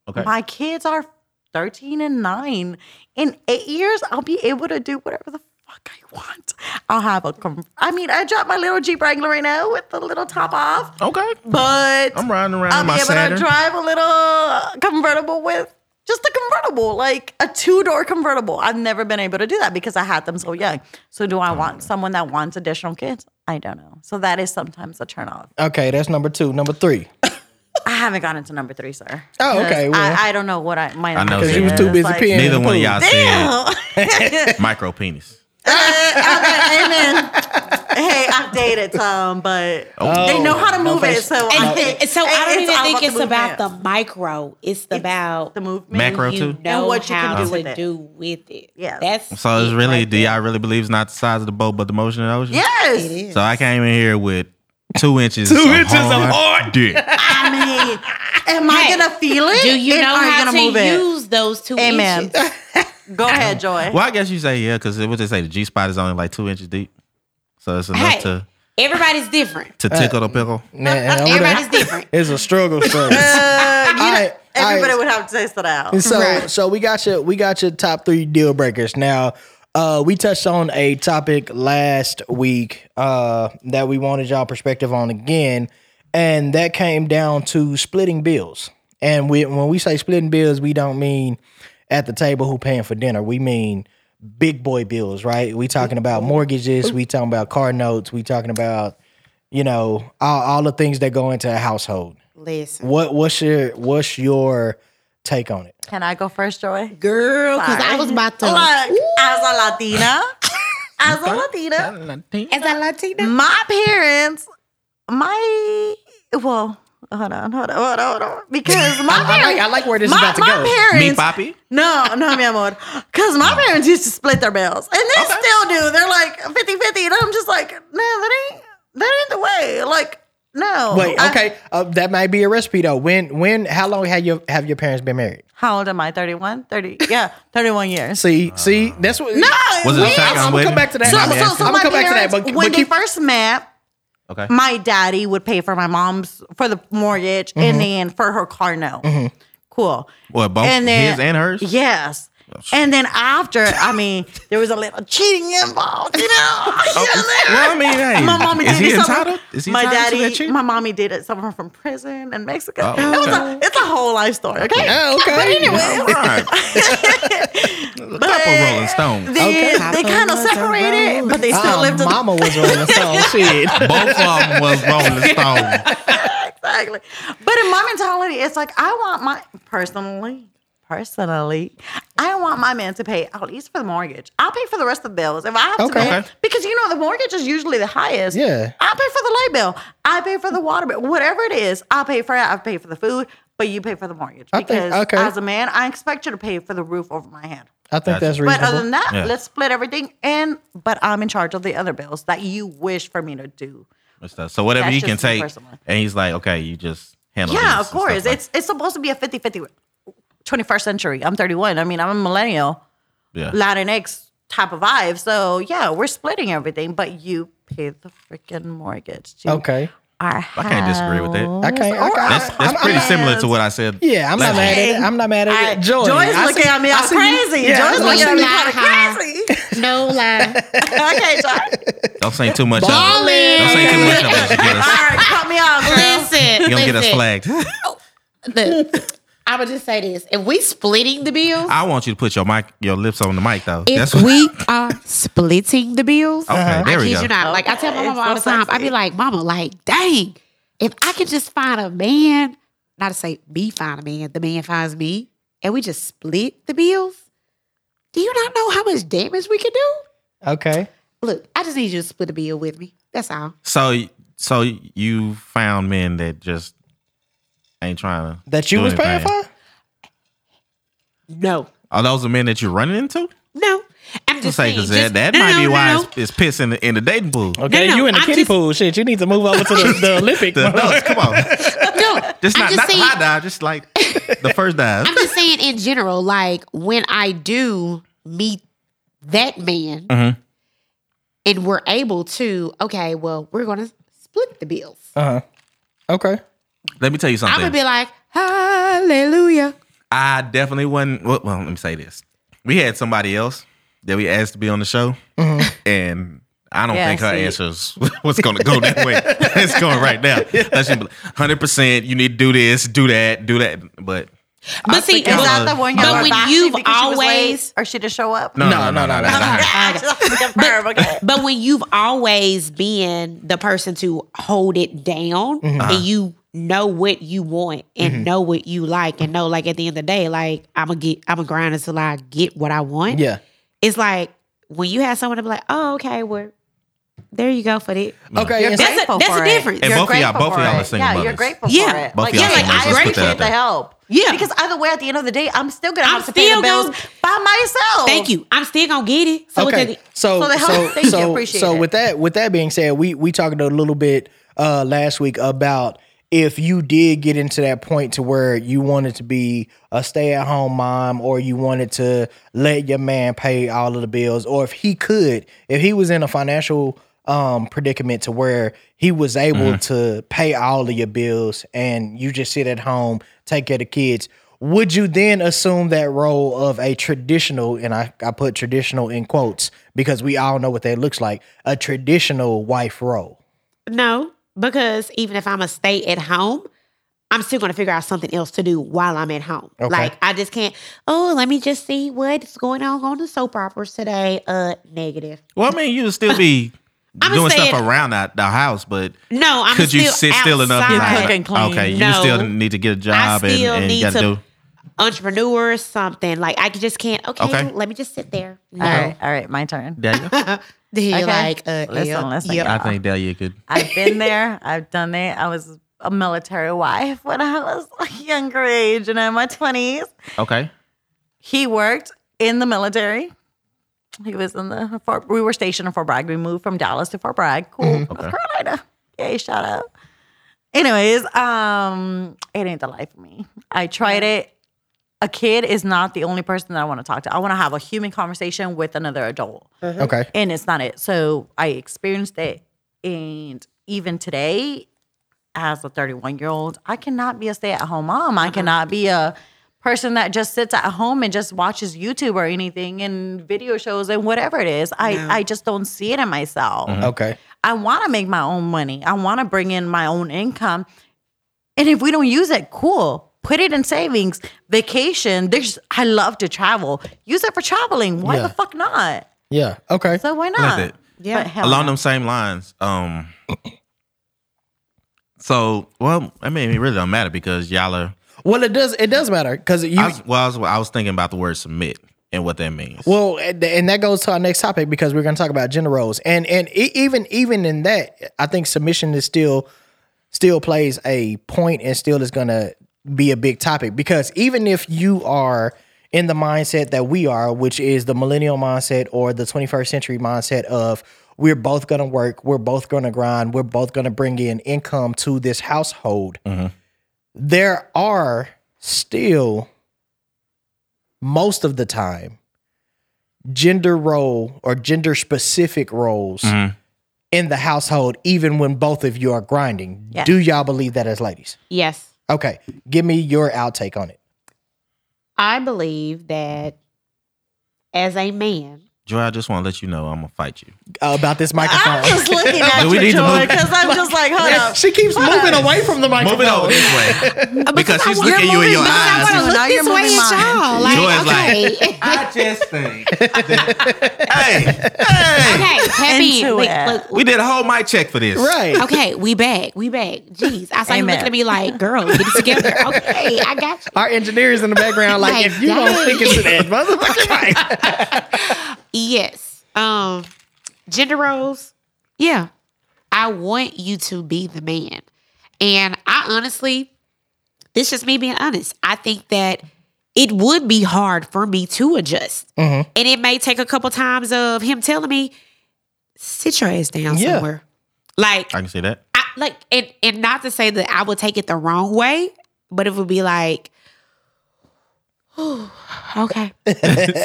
Okay.
My kids are 13 and 9. In eight years, I'll be able to do whatever the fuck I want. I'll have a. Com- I mean, I dropped my little Jeep Wrangler right now with the little top off,
Okay.
but
I'm riding around
I'll
in
be
my
able
Saturn.
to drive a little convertible with just a convertible, like a two door convertible. I've never been able to do that because I had them so young. So, do I want someone that wants additional kids? I don't know. So, that is sometimes a turn off.
Okay, that's number two. Number three.
I haven't gotten to number three, sir.
Oh, okay,
'Cause
well.
I, I don't know what I might
I know
Because
Yeah.
you was too
It's
busy
like-
peeing.
Neither
in the
one of
pool.
y'all said
Damn.
micro penis.
Amen. Hey, I've dated some, but
Oh.
they know how to move it. So, I
And,
think,
so I don't
it's
even
all
think
the
it's about the
movement.
micro. It's about
the movement.
Macro
you
too.
know
And what you can
how
do with
to
it.
do with it.
Yes.
That's
So it's
it
really,
right
do
there.
y'all really believe it's not the size of the boat, but the motion of the ocean?
Yes.
So I came in here with two inches,
Two
of
inches of hard
dick.
I mean, am
Hey,
I gonna feel it?
Do you
And
know
are
how to
move it?
use those two
Amen.
inches?
Go ahead, Joy.
Well, I guess you say yeah, because what they say, the G spot is only like two inches deep, so it's enough
Hey.
to
Everybody's different.
to tickle the
Uh,
pickle.
Nah, I would've-
Everybody's different.
It's a struggle for us.
Uh, you know,
All right, all right.
everybody would have to taste it out.
So so we got your we got your top three deal breakers. Now uh we touched on a topic last week uh that we wanted y'all perspective on again, and that came down to splitting bills. And we, when we say splitting bills, we don't mean at the table who paying for dinner. We mean big boy bills, right? We talking about mortgages, we talking about car notes, we talking about you know all, all the things that go into a household.
Listen,
What what's your what's your take on it?
Can I go first, Joy?
girl, because I
Sorry.
was about to.
Look, as a Latina, as a Latina,
As a Latina,
my parents, my well, hold on, hold on, hold on, hold on, because my
I
parents,
like I like where this
my,
is about to
my
go.
Me,
parents,
Poppy.
No, no, mi amor. Because my parents used to split their bills. And they still do. They're like 50 50. And I'm just like, no, that ain't, that ain't the way. Like, no.
Wait,
I-
okay, uh, that might be a recipe though. When when how long have your have your parents been married?
how old am I? 31? 30. Yeah, 31 years.
See see that's what. No,
Was it a
I'm,
shotgun
I'm gonna
wedding?
come back to that.
So,
I'm,
I'm
so, so
I'm gonna
my
come back to that.
parents,
But,
when
but
they
keep,
first met,
Okay.
Mm-hmm.
my daddy would pay for my mom's for the mortgage and then for her car note. cool.
Well, both
And then-
Oh, his and hers. Oh,
Yes. And then after, I mean, there was a little cheating involved, you know.
Oh, Well, I mean, hey,
my mommy
is
did
he
it something-
entitled? Is he
my
entitled to that
daddy,
cheat?
my mommy did it. Someone from prison in Mexico.
Oh,
It was
okay.
a, it's a whole life story. Okay.
Oh, okay.
But anyway,
All right.
but
Couple Rolling Stones.
They,
Okay.
they kind of
Couple
separated,
Rolling
but they still
Oh,
lived in
mama was rolling stone shit.
Both of them was Rolling Stones.
exactly. But in my mentality, it's like I want my personally, personally, I want my man to pay at least for the mortgage. I'll pay for the rest of the bills if I have
Okay.
to pay because you know the mortgage is usually the highest.
Yeah.
I'll pay for the light bill. I pay for the water bill. Whatever it is, I'll pay for it. I'll pay for the food, but you pay for the mortgage
I think-
because
okay.
as a man, I expect you to pay for the roof over my head.
I think that's
But
reasonable.
other than that,
Yeah.
let's split everything. And but I'm in charge of the other bills that you wish for me to do.
and stuff. So whatever
That's
he can
just me
take,
personally.
and he's like, okay, you just handle.
Yeah,
this
of
and stuff
course.
like-
it's it's supposed to be a 50 50 21st century. I'm 31. I mean, I'm a millennial,
yeah.
Latinx type of vibe. So yeah, we're splitting everything, but you pay the freaking mortgage. To
okay.
Our
I can't disagree with that.
I can't. I can't
That's
I'm-
that's pretty similar to what I said.
Yeah, I'm not
last
mad
week.
at it. I'm not mad at
I,
it. Joy,
Joy's
I
looking
see-
at me
I
all
see you-
crazy.
Yeah,
Joy's
I
looking
see
at me
you.
kind of
Not
crazy.
No lie.
okay, Joy.
Don't say too much. Of it.
Ballin'.
Don't say too much of it. You get
All
us-
right, cut me off, girl.
Listen.
you gonna get us flagged.
listen. Look, I would just say this: if we splitting the bills,
I want you to put your mic, your lips on the mic though.
if
That's what.
we are splitting the bills,
okay, there
I
we
kid
go.
you not. Like I tell my
Okay,
mama
it's
all the
so
time, I
sexy.
be like, Mama, like, dang, if I could just find a man, not to say me find a man, the man finds me, and we just split the bills. Do you not know how much damage we can do?
Okay.
Look, I just need you to split a bill with me. That's all.
So so you found men that just ain't trying to
That you
do
was paying
anything.
for?
No,
Are those the men that you're running into?
no. I'm
I'm
just
say
saying,
because
just-
that, that
no,
might
no,
be
no,
why
no.
it's, it's pissing in the dating pool.
Okay,
no,
you in the
I'm
kiddie
just-
pool. Shit, you need to move over to the, the Olympic.
The- no, come on,
No,
just not
I'm just
not the
saying-
high dive, just like the first dive.
I'm just saying in general, like when I do meet that man
Mhm.
and we're able to, okay, well, we're gonna split the bills.
Uh huh. Okay.
Let me tell you something.
I'm gonna be like, Hallelujah.
I definitely wasn't. Well, well, let me say this: we had somebody else that we asked to be on the show,
Mm-hmm.
and I don't
Yeah,
think her
see.
answers was going to go that way. it's going right now. Hundred percent. You need to do this, do that, do that. But
But see,
y'all
Is
Y'all
that
are-
the one you
But
were
when
bashing
you've
because she was late
always-
or she just show up?
no,
No, no, no, no, no.
I just wanted to confirm, okay.
but when you've always been the person to hold it down and you know what you want and know what you like and know like at the end of the day, like I'm gonna get I'm gonna grind until I get what I want.
Yeah.
It's like when you have someone to be like, oh, okay, well, there you go for that.
Okay. and so-
That's a-
Grateful
that's a
for it.
difference. And
You're
both of y'all-
grateful
both of
for
y'all are
it.
single
Yeah, you're
mothers.
grateful
Yeah.
for it.
Both
like,
of y'all
yeah, like
singles, let's
I
put that
appreciate
out there.
the help.
Yeah.
because either way, at the end of the day, I'm still gonna have
I'm
to pay the
still
bills
gonna-
by myself.
Thank you. I'm still gonna get it. So okay.
okay. So
So they help-
so
thank you,
so,
appreciate
so
it.
with that with that being said, we we talked a little bit uh last week about if you did get into that point to where you wanted to be a stay-at-home mom or you wanted to let your man pay all of the bills or if he could, if he was in a financial um predicament to where he was able to pay all of your bills and you just sit at home, take care of the kids would you then assume that role of a traditional and I, I put traditional in quotes because we all know what that looks like a traditional wife role
no, because even if I'm a stay at home, I'm still gonna figure out something else to do while I'm at home.
Okay.
Like I just can't. Oh, let me just see what's going on on the soap operas today. Uh, negative.
well, I mean, you would still be
I'ma
doing
say
stuff
it-
around that, the house, but.
No, I'm
could
still
you sit still enough? to
outside.
Cook and clean.
Okay, you
No.
still need to get a
I
job and,
still
and you
need
got to
to
do.
entrepreneur or something. Like I just can't. Okay,
Okay.
let me just sit there.
All
No.
right, all right, my turn.
There you go.
Then you're
Okay.
like, uh,
Listen,
yeah,
listen,
yeah.
I think Delia could.
I've been there. I've done it. I was a military wife when I was a younger age and in my twenties.
Okay.
He worked in the military. He was in the Fort, we were stationed in Fort Bragg. We moved from Dallas to Fort Bragg. Cool. North
Okay.
Carolina. Yay, shout out. Anyways, um, it ain't the life for me. I tried it. A kid is not the only person that I want to talk to. I want to have a human conversation with another adult
okay
and it's not it. So I experienced it, and even today, as a 31 year old, I cannot be a stay at home mom. I cannot be a person that just sits at home and just watches YouTube or anything and video shows and whatever it is. I,
No.
I just don't see it in myself.
Okay.
I want to make my own money. I want to bring in my own income. And if we don't use it, cool. Put it in savings, vacation. There's I love to travel. Use it for traveling. Why
Yeah.
the fuck not?
Yeah. Okay.
So why
That's
not?
it.
Yeah.
But hell
Along
no.
them same lines. Um. So well, I mean, it really don't matter because y'all are.
Well, it does. It does matter because you.
I was, well, I was, I was thinking about the word submit and what that means.
well, and and that goes to our next topic because we're going to talk about gender roles, and and e- even even in that, I think submission is still still plays a point and still is going to be a big topic because even if you are in the mindset that we are, which is the millennial mindset or the 21st century mindset of we're both going to work, we're both going to grind, we're both going to bring in income to this household, there are still most of the time gender role or gender specific roles
Mhm.
in the household even when both of you are grinding
Yeah.
do y'all believe that as ladies
Yes.
okay give me your outtake on it
I believe that as a man,
Joy, I just want to let you know I'm gonna fight you.
Uh, about this
I'm
microphone
just looking
Do
at
we
you,
need to
Joy,
move-
because I'm just like, hold up.
she keeps moving away from the
Move it over
microphone
this way because she's
want-
looking
you're
you in your
moving back. I
eyes.
wanna look
Now
this
you're
way at y'all.
moving mine.
Joy's
Like, okay.
I just think. that- hey, hey,
okay, tap
Into
in. Look,
it.
look,
we did a whole mic check for this.
right
okay, we back. We back. Jeez. I saw you
Amen.
looking at me like, girl, get it together. Okay, I got you.
our engineers in the background like
Like,
if you don't
dang.
think it's an ad motherfucker
Yes. Um, gender roles. Yeah. I want you to be the man. And I honestly, this is just me being honest. I think that it would be hard for me to adjust. And it may take a couple times of him telling me, sit your ass down
Yeah.
somewhere. Like,
I can see that.
I, like and and not to say that I would take it the wrong way, but it would be like, okay,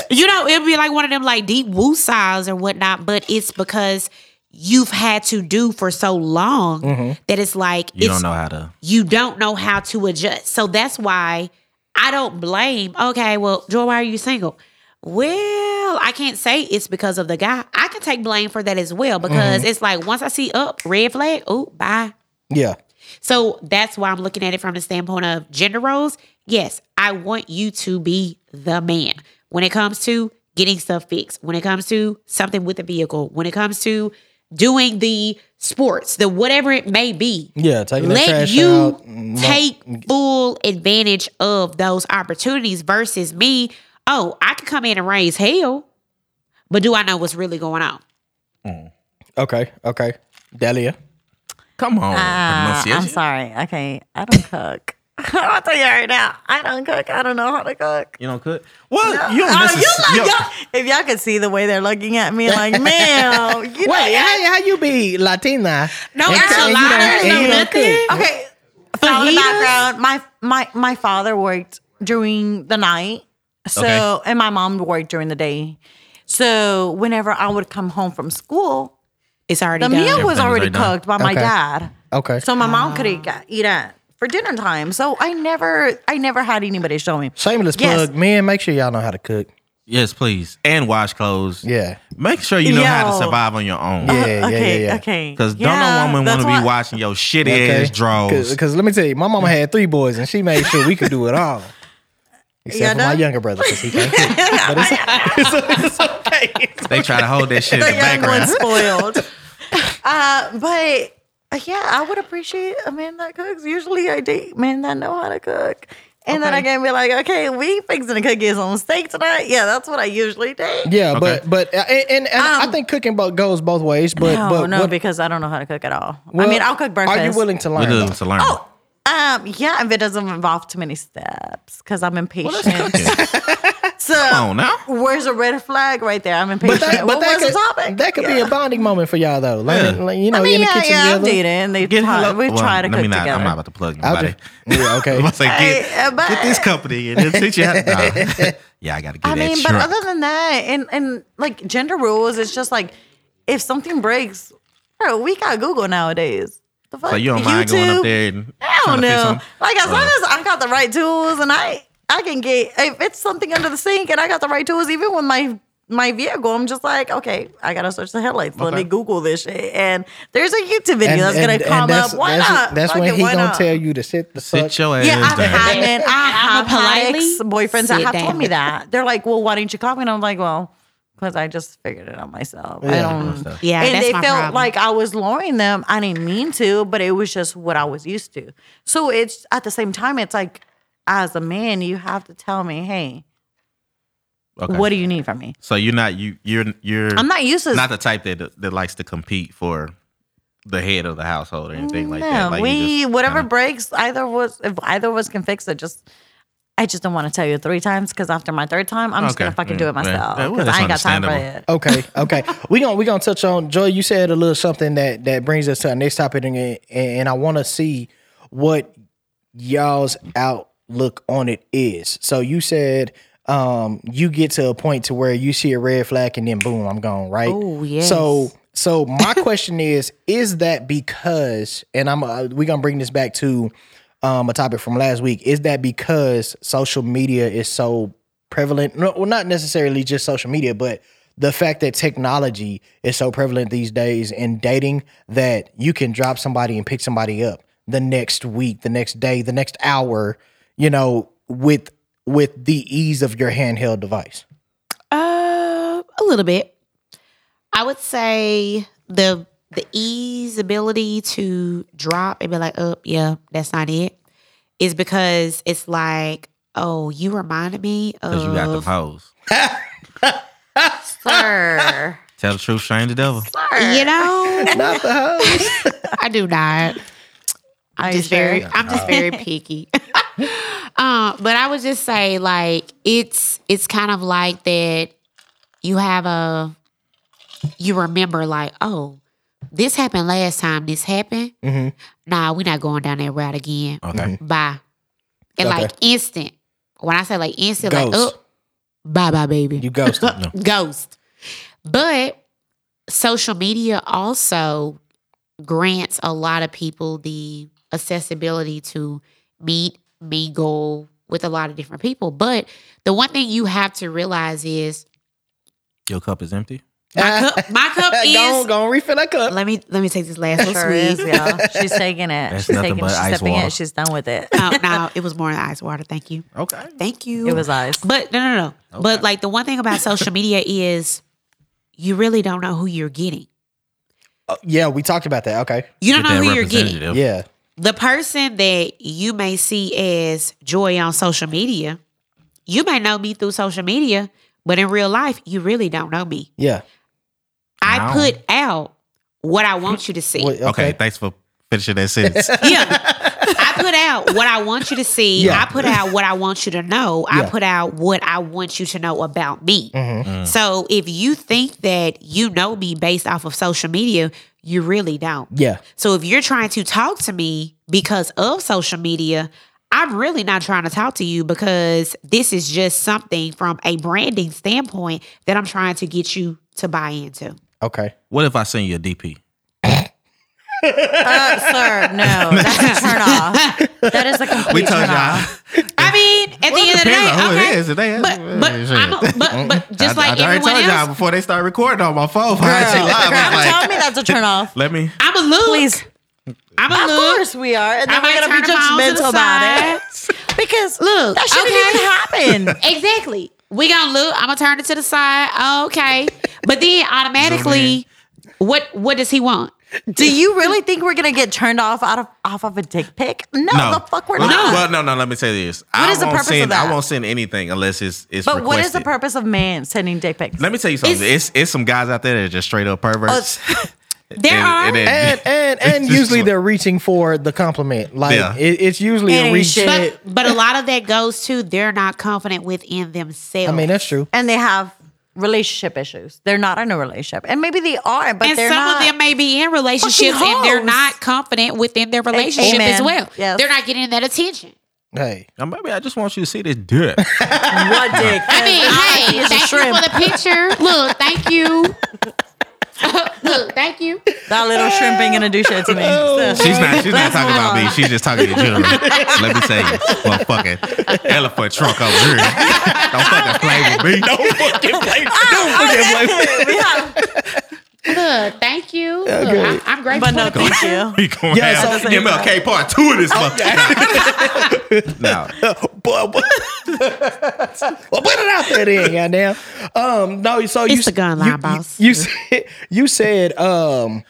you know, it'd be like one of them like deep woo sighs or whatnot. But it's because you've had to do for so long that it's like
You
it's
don't know how to.
you don't know how to adjust. So that's why I don't blame. Okay, well, Joy, why are you single? Well, I can't say it's because of the guy. I can take blame for that as well because it's like once I see up red flag, oh, bye.
yeah
So that's why I'm looking at it from the standpoint of gender roles. Yes, I want you to be the man when it comes to getting stuff fixed, when it comes to something with a vehicle, when it comes to doing the sports, the whatever it may be
yeah taking that
let
trash
you
out mm,
take full advantage of those opportunities versus me. Oh, I could come in and raise hell, but do I know what's really going on?
okay okay Delia
Come on.
Uh, I'm
pronunciation.
sorry. Okay, I don't cook. I'll tell you right now. I don't cook. I don't know how to cook.
You don't cook. Well,
Oh,
you
you
don't necessarily.
like, y'all, if y'all could see the way they're looking at me, like, man, you know,
Wait, how, how you be Latina?
No
and- and you don't-
enchiladas,
and
no
you don't
nothing.
cook?
okay. From the
Fajitas?
background, my my my father worked during the night, so
Okay.
and my mom worked during the day. So whenever I would come home from school,
It's already
the
done.
meal
Everything
was
was
already
already done.
cooked by my
Okay.
dad.
Okay.
So my mom could eat, eat at for dinner time. So I never I never had anybody show me.
Shameless
Yes.
plug, man. Make sure y'all know how to cook.
Yes, please. And wash clothes.
Yeah,
Make sure you know how to
Yo.
survive on your own.
yeah, yeah,
Uh, okay,
yeah, yeah.
okay.
Because
Yeah,
don't no woman want
that's
to be
why-
watching your shitty ass draws.
Because let me tell you, my mama had three boys, and she made sure we could do it all. Except
Yeah,
for my
no.
younger brother, because he can't cook. But it's, it's- it's okay. It's
They try to hold that shit in
the
the
young
background.
one spoiled. uh, but uh, yeah, I would appreciate a man that cooks. Usually, I date men that know how to cook, and then I
Okay.
can be like, okay, we fixing to cook you some steak tonight. Yeah, that's what I usually date.
yeah,
Okay.
but but uh, and, and, and I
Um,
think cooking both goes both ways. But
no,
but
no,
what-
because I don't know how to cook at all.
well,
I mean, I'll cook breakfast.
Are you willing to
We
learn?
need
though?
to learn.
Oh, um, yeah, if it doesn't involve too many steps, because I'm impatient.
Come
so,
on now.
where's a red flag right there? I'm impatient.
But that, but
what
that
was
could,
the topic?
that could be
Yeah.
a bonding moment for y'all though. Learning,
Yeah.
like, you know,
I mean,
in the
yeah,
kitchen
yeah, I'm
together.
dating. and They try,
hello-
we
well,
try to
let
cook
me not,
together.
I'm not about to plug
I'll
nobody.
just- yeah, okay.
I'm about to say, get,
Hey, uh, but-
get this company and then teach you how to. No. yeah, I got to get
I
that
mean, but
shrunk.
other than that, and and like gender rules, it's just like if something breaks, bro, we got Google nowadays. The fuck?
so you don't mind going up there and
I
trying
don't
to fix
know.
something?
Like as
Uh,
long as I got the right tools and I I can get if it's something under the sink and I got the right tools, even with my my vehicle, I'm just like, okay, I gotta search the headlights. Let me
Okay.
Google this shit. And there's a YouTube video that's
and
gonna come
that's-
up. Why
that's,
not?
That's when
Fucking
he
why
gonna
not?
tell you to sit the fuck.
Sit your ass
Yeah, I've
down.
had it. I have had
politely
ex-boyfriends that
sit
have told
down.
me that. They're like, well, why didn't you call me? And I'm like, well, because I just figured it out myself. I
Yeah.
don't.
Yeah,
and
that's
they
my
felt
problem.
like I was lowering them. I didn't mean to, but it was just what I was used to. So it's at the same time, it's like as a man, you have to tell me, hey,
Okay.
what do you need from me?
so you're not you you're you're
I'm not used to
not the type that that likes to compete for the head of the household or anything like
No,
that. Like you
we
just
whatever
kinda-
breaks, either was if either of us can fix it, just I just don't want to tell you three times because after my third time, I'm just
Okay.
gonna fucking
Mm,
do
yeah.
it myself
Yeah, well,
because
that's
I ain't got time for
understandable.
it.
Okay, okay. we gonna we gonna touch on Joy. You said a little something that that brings us to our next topic, and and, and I want to see what y'all's outlook on it is. So you said um you get to a point to where you see a red flag, and then boom, I'm gone. Right.
Oh, yes.
So so my question is: Is that because? And I'm uh, we gonna bring this back to um a topic from last week. Is that because social media is so prevalent? No, well, not necessarily just social media, but the fact that technology is so prevalent these days in dating that you can drop somebody and pick somebody up the next week, the next day, the next hour, you know, with with the ease of your handheld device.
Uh, a little bit. I would say the the ease ability to drop and be like, "Up, yeah, that's not it," is because it's like, "Oh, you reminded me of
Cause you got them hoes.
Sir,
Tell the truth, shame the devil.
sir,
you know."
Not the hoes.
I do not.
Are
I'm
you
just very
sure?
I'm just very picky. um, but I would just say like it's it's kind of like that you have a you remember like, oh, this happened last time, this happened.
Mhm.
Nah, we're not going down that route again.
Okay.
Mm-hmm.
Bye. And
Okay.
like instant. When I say like instant, like
Ghost.
oh, bye bye baby
You ghosted.
ghost. But social media also grants a lot of people the accessibility to meet, mingle with a lot of different people. But the one thing you have to realize is
Your cup is empty.
my cup, my cup is.
Go on, go on, refill that cup.
Let me let me take this last little
sure
squeeze.
is, yeah. She's taking it.
That's
she's
nothing
taking it.
but
She's
ice
sipping
water.
it. She's done with it.
No, Oh, no, it was more than ice water. Thank you,
Okay.
thank you.
It was ice.
But no, no, no.
Okay.
But like the one thing about social media is, you really don't know who you're getting.
Oh, yeah, we talked about that. Okay.
You don't
Get
know
that
who you're getting.
representative.
Yeah.
the person that you may see as joy on social media, you may know me through social media, but in real life, you really don't know me.
Yeah.
Wow.
I put out what I want you to see.
Wait,
Okay. Thanks for finishing that sentence.
Yeah. I put out what I want you to see.
Yeah.
I put out what I want you to know.
Yeah.
I put out what I want you to know about me. So if you think that you know me based off of social media, you really don't.
Yeah.
So if you're trying to talk to me because of social media, I'm really not trying to talk to you because this is just something from a branding standpoint that I'm trying to get you to buy into.
Okay.
what if I send you a DP?
Uh, sir, no, that's a turn off. That is a complete
We told
turn
y'all.
off.
I mean, at the end of the
Depends
day,
on who
okay,
it is. If they
but but, I'm a, but but
I,
just like
I already
everyone
told y'all
else,
before they start recording on my phone. Girl,
Girl,
live, I'm
girl,
like,
tell me that's a turn off.
let me.
I'm a look.
Please.
I'm
Of
a look.
course we are, and
I
then we're
might
gonna be
turn 'em on to the
judgmental about
side.
it because
Look,
that shouldn't even happen.
Exactly. We gonna look. I'm gonna turn it to the side. Okay, but then automatically, what what does he want?
Do you really think we're gonna get turned off out of off of a dick pic? No,
No,
the fuck we're
well,
not.
Well, no, no. Let me say this. What I
is the
won't
purpose of
send, I
that?
won't send anything unless it's it's.
but what is the
requested.
purpose of man sending dick pics?
Let me tell you something. It's
It's-
it's, some guys out there that are just straight up perverts.
There
And-
are.
and then-
And and and usually they're reaching for the compliment. Like
Yeah.
it, it's usually
It
a
ain't
reach.
shit.
But but a lot of that goes to they're not confident within themselves.
I mean, that's true.
and they have relationship issues. They're not in a relationship, and maybe they are, but
and
they're
some
not.
of them may be in relationships
Fucking
and they're
hoes.
not confident within their relationship
amen.
as well.
Yes.
They're not getting that attention.
Hey.
Now, maybe I just want you to see this dick.
what dick?
I mean, hey,
is a
thank you
shrimp.
for the picture. Look, thank you. Thank you.
That little shrimp ain't gonna do shit to me.
Oh.
So-
She's not. She's not
Let's
talking
move
about
on.
me. She's just talking in general. Let me tell you, motherfucking elephant trunk over here. Don't fucking play with me.
Don't fucking play. Don't fucking play.
We have-
Look, thank you. Look,
Okay.
I, I'm grateful.
but
Oh
no,
to be
thank you.
We going
Yeah,
to have
so-
MLK part two of this motherfucker. now,
But, well, put it out there then, goddamn. Um, no, so you
It's the gun line,
you- you-
boss.
You, said you said um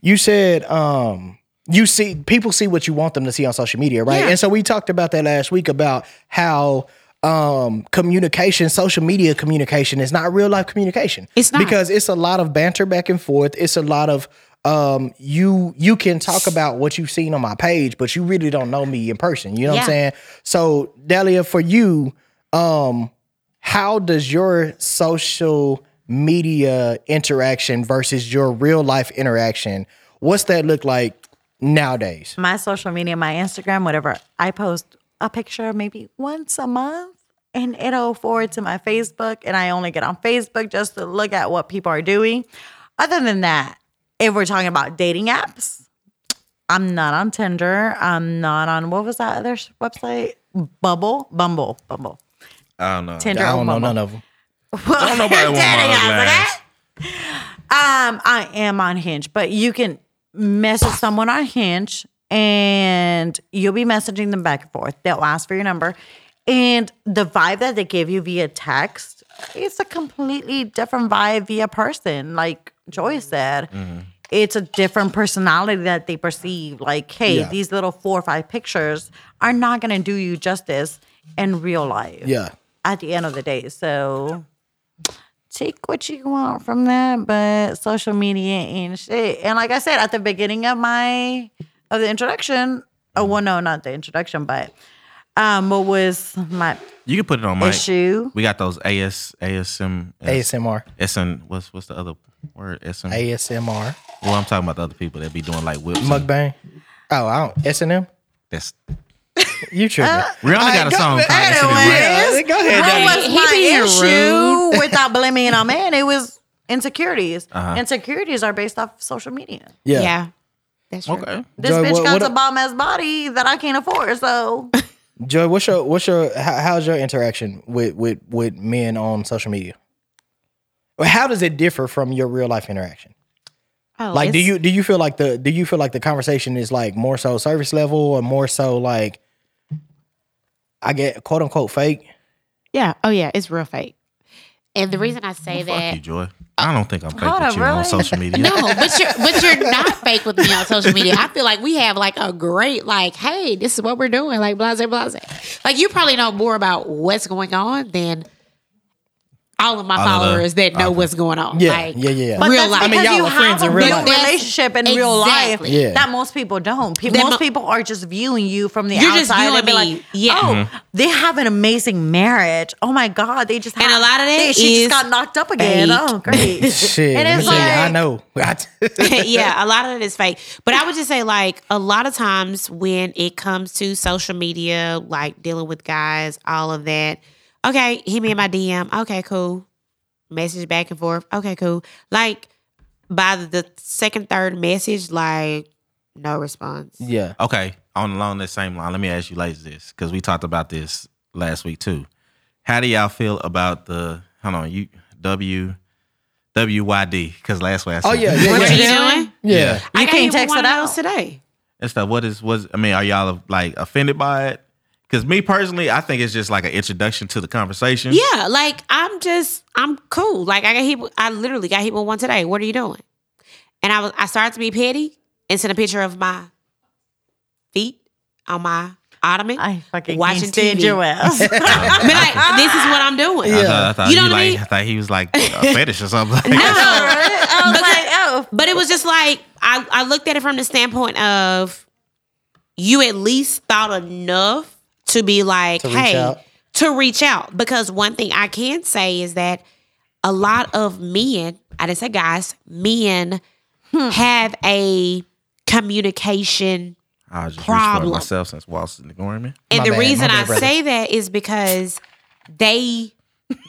you said um you see people see what you want them to see on social media, right?
Yeah.
And so we talked about that last week about how um communication, social media communication is not real life communication.
It's not.
Because it's a lot of banter back and forth. It's a lot of um you you can talk about what you've seen on my page, but you really don't know me in person. You know what I'm
Yeah.
saying? So Delia, for you, um, how does your social media interaction versus your real life interaction, what's that look like nowadays?
my social media, my Instagram, whatever, I post a picture maybe once a month and it'll forward to my Facebook. And I only get on Facebook just to look at what people are doing. Other than that, if we're talking about dating apps, I'm not on Tinder. I'm not on what was that other sh- website? Bubble, Bumble, Bumble,
I don't know.
Tinder.
I
or
don't know
Bumble.
none of them.
I
don't know about that one, my last.
Um, I am on Hinge, but you can message someone on Hinge and you'll be messaging them back and forth. They'll ask for your number. And the vibe that they give you via text, it's a completely different vibe via person. Like Joy said,
Mm-hmm.
it's a different personality that they perceive. Like, hey,
Yeah.
these little four or five pictures are not going to do you justice in real life
Yeah.
at the end of the day. So take what you want from that, but social media ain't shit. And like I said at the beginning of my of the introduction, oh well, no, not the introduction, but um, what was my
You can put it on my.
issue?
We got those AS ASM
ASMR.
SN. What's what's the other word? SM.
ASMR.
well, I'm talking about the other people that be doing like whips. and-
Mukbang. Oh, I don't S&M?
That's
You tripping.
Uh,
Rihanna got a song called SNM, right?
Anyways,
Go ahead,
That
Daddy.
was
He being
my issue without blaming it on man. It was insecurities. Insecurities are based off social media.
Yeah.
yeah.
That's true.
Okay.
This
Joy,
bitch
what-
got
what
a
a-
bomb ass body that I can't afford. So
Joy, what's your what's your how, how's your interaction with with with men on social media? Or How does it differ from your real life interaction?
Oh,
like do
it's-
you do you feel like the do you feel like the conversation is like more so service level or more so like I get quote unquote fake?
Yeah. Oh yeah. It's real fake. And the reason I say
Fuck
that.
you, Joy. I don't think I'm fake
Hold
with
up,
you on
really?
social media.
No, but you're but you're not fake with me on social media. I feel like we have like a great like, hey, this is what we're doing, like blase blase. Like you probably know more about what's going on than all of my
All of the-
followers that know
okay.
what's going on.
Yeah,
like,
yeah, yeah, yeah.
But
real
that's
life.
because
y'all
you
are
have
friends
a
in
real
real life.
relationship in real life
Exactly.
Yeah.
that most people don't. Pe-
That
most
mo-
people are just viewing you from the
You're just
outside and be
viewing me.
like,
Yeah.
oh,
Mm-hmm.
they have an amazing marriage. Oh my god, they just
And
had-
a lot of that
they- she
is
just got knocked up again.
fake.
Oh great.
Shit,
And
let me
it's
tell you,
like-
I know.
yeah, a lot of it is fake. But I would just say, like, a lot of times when it comes to social media, like dealing with guys, all of that, okay, hit me in my DM. Okay, cool. Message back and forth. Okay, cool. Like, by the second, third message, like, no response.
yeah.
Okay, on along that same line, let me ask you ladies this because we talked about this last week too. How do y'all feel about the hold on you W W Y D? Because last week I said
Oh yeah, yeah,
What
yeah.
are you doing?
Yeah.
I
You can't
got hit with
text
one
it
of
out.
those today.
and stuff. What is what? I mean, are y'all like offended by it? Because me personally, I think it's just like an introduction to the conversation.
Yeah, like I'm just I'm cool. Like I got hit. with- I literally got hit with one today. What are you doing? And I was I started to be petty and sent a picture of my feet on my ottoman.
I fucking
Watching
watching can't stand
TV.
your ass.
but like this is what I'm doing.
I
Yeah.
thought, I thought
You know
Uh-huh, he
what I
like,
mean?
I thought he was like a fetish or something. Like,
No.
I was
Because-
like, oh,
But it was just like I, I looked at it from the standpoint of you at least thought enough to be like,
To reach
hey,
out.
to reach out. Because one thing I can say is that a lot of men, I didn't say guys, men have a communication
I was just reached
Problem.
for it myself since Walt's in the Gorman.
and
My
the
bad, my
reason
bad,
I
brother.
say that is because they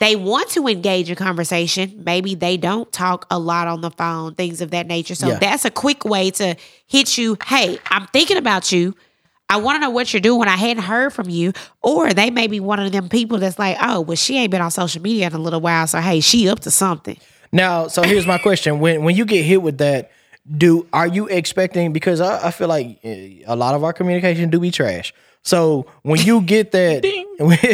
they want to engage in conversation. Maybe they don't talk a lot on the phone, things of that nature. So
Yeah.
that's a quick way to hit you. Hey, I'm thinking about you. I want to know what you're doing. I hadn't heard from you. Or they may be one of them people that's like, oh, well, she ain't been on social media in a little while. So, hey, she up to something.
Now, so here's my question: When when you get hit with that, do are you expecting? Because I, I feel like eh, a lot of our communication do be trash. So when you get that,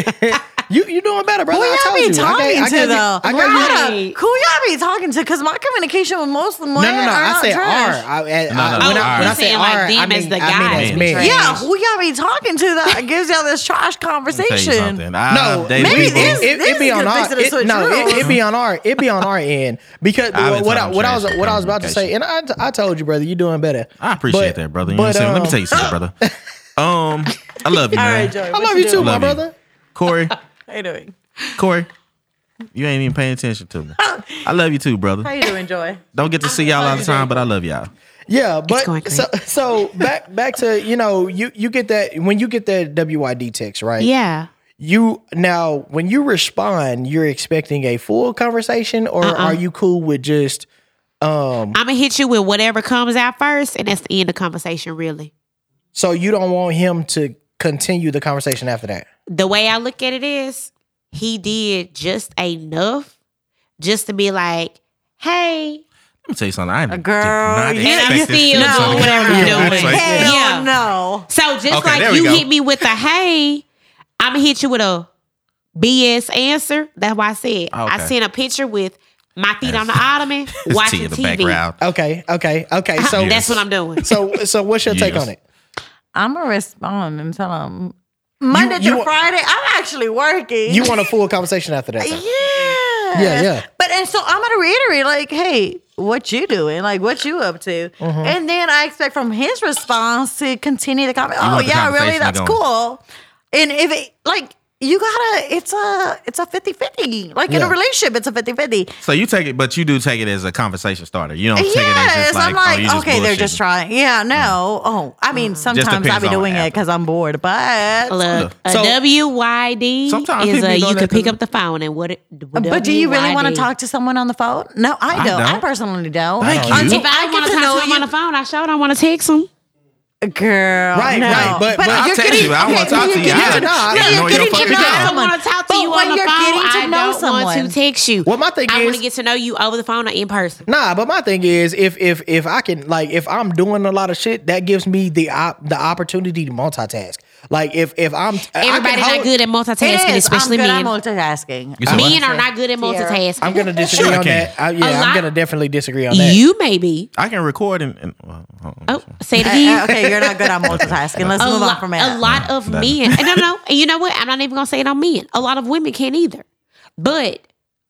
you you doing better, brother?
Who
I
y'all
told
be
you. I
talking
gave- I
to
gave you-
though?
I gave you-
Right.
Who y'all be talking to? Because my communication with most of them
No, no, no.
are
I
not
said
trash.
R. I, I, I,
no,
when I,
R.
when I
We're
say
saying
R,
like
I
them
mean,
as the
I
guys
mean as
be
men.
trash.
Yeah, who y'all be talking to that gives y'all this trash
Tell you
conversation?
something. I
No,
date
maybe
people-
this-
it, it be
is
on
gonna
our
fix it and
it-
switch
no,
roles.
it, it be on our it be on our end because
I've been
what I,
talking
what I
trash
was
for
what I was about to say, and I, I told you, brother, you doing better.
I appreciate
But-
that, brother. You know
but,
what I'm saying? Let me
um,
tell you something, brother. Um, I love you,
All
man.
right, Joey.
I
what
love you too,
doing?
my
Love you.
brother.
Corey,
How you doing?
Corey, you ain't even paying attention to me. I love you too, brother.
How you doing, Joy?
Don't get to see y'all all the time, but I love y'all.
Yeah, but
going
so so back back to you know you you get that when you get that WID text right.
Yeah.
You now when you respond, you're expecting a full conversation, or are you cool with just um,
I'm going to hit you with whatever comes out first. And that's the end of conversation, really.
so you don't want him to continue the conversation after that?
the way I look at it is he did just enough just to be like, hey,
Let me tell you something. I did
Girl,
not
you-
expect
And I'm
this
still
from
doing
somebody.
whatever I'm
Yeah,
doing.
that's right.
Hey.
Hell
Yeah.
no.
so just
Okay, there
like
we
you
go.
hit me with a hey, I'm gonna hit you with a BS answer. That's why I said I
Okay.
sent a picture with my feet on the ottoman
It's
watching
tea in the
TV.
background.
Okay, okay, okay. So
Yeah.
That's what I'm doing.
so so what's your take
Yes.
on it?
I'm gonna respond and tell them Monday
you-
through Friday. I'm actually working.
You want a full conversation after that? though.
Yeah.
Yeah, yeah.
But and so I'm gonna reiterate, like, hey, what you doing? Like, what you up to? And then I expect from his response to continue the comment. Oh
want the
yeah, really?
conversation to
That's
go
cool. And if it like you gotta, it's a it's a 50-50. Like in a
Yeah.
relationship, it's a 50-50.
So you take it, but you do take it as a conversation starter. You don't take it as
Yes,
just like, oh,
I'm like,
you just
okay, they're just
bullshitting.
trying. Yeah, no. Oh, I mean, sometimes I
depends
be
on what
doing it
happened.
because I'm bored, but
Look, a
So-
WYD
Sometimes
is
people
a
don't
you
let
can pick
them-
up the phone and what it
But do you really want to
WYD?
talk to someone on the phone? No, I don't. I,
don't.
personally don't.
Thank you.
Until
If I
I
don't want
get
to
to
talk
know
to him on the
you,
phone, I sure don't want to text him.
girl.
Right,
no.
right, but- but-
I'll
Oh, you're
text
getting-
you. I don't
okay,
wanna talk
but
to
you're
you.
I
getting to know-
ignore
yeah,
your
you're getting
fucking
to know
job.
I don't
someone.
want to talk to
But
you
when
on the
you're
phone.
getting to
I
know
don't want
someone-
to text you.
Well, my thing
I want
is-
to get to know you over the phone or in person.
Nah, but my thing is, if if if I can like, if I'm doing a lot of shit, that gives me the op- the opportunity to multitask. Like, if if I'm
Everybody not good at multitasking,
It is.
especially
I'm
men.
good at multitasking.
You said what?
Men are not good at multitasking.
I'm gonna disagree
Sure I
on
can.
that. I, yeah, I'm
lot-
gonna definitely disagree on that.
You may be.
I can record and, and well, hold on.
Oh, say it
Uh,
again.
uh, okay, you're not good at multitasking. Let's
A,
move on
lot,
from
a
that.
lot of
that-
men. and No, no. And you know what? I'm not even gonna say it on men. A lot of women can't either. But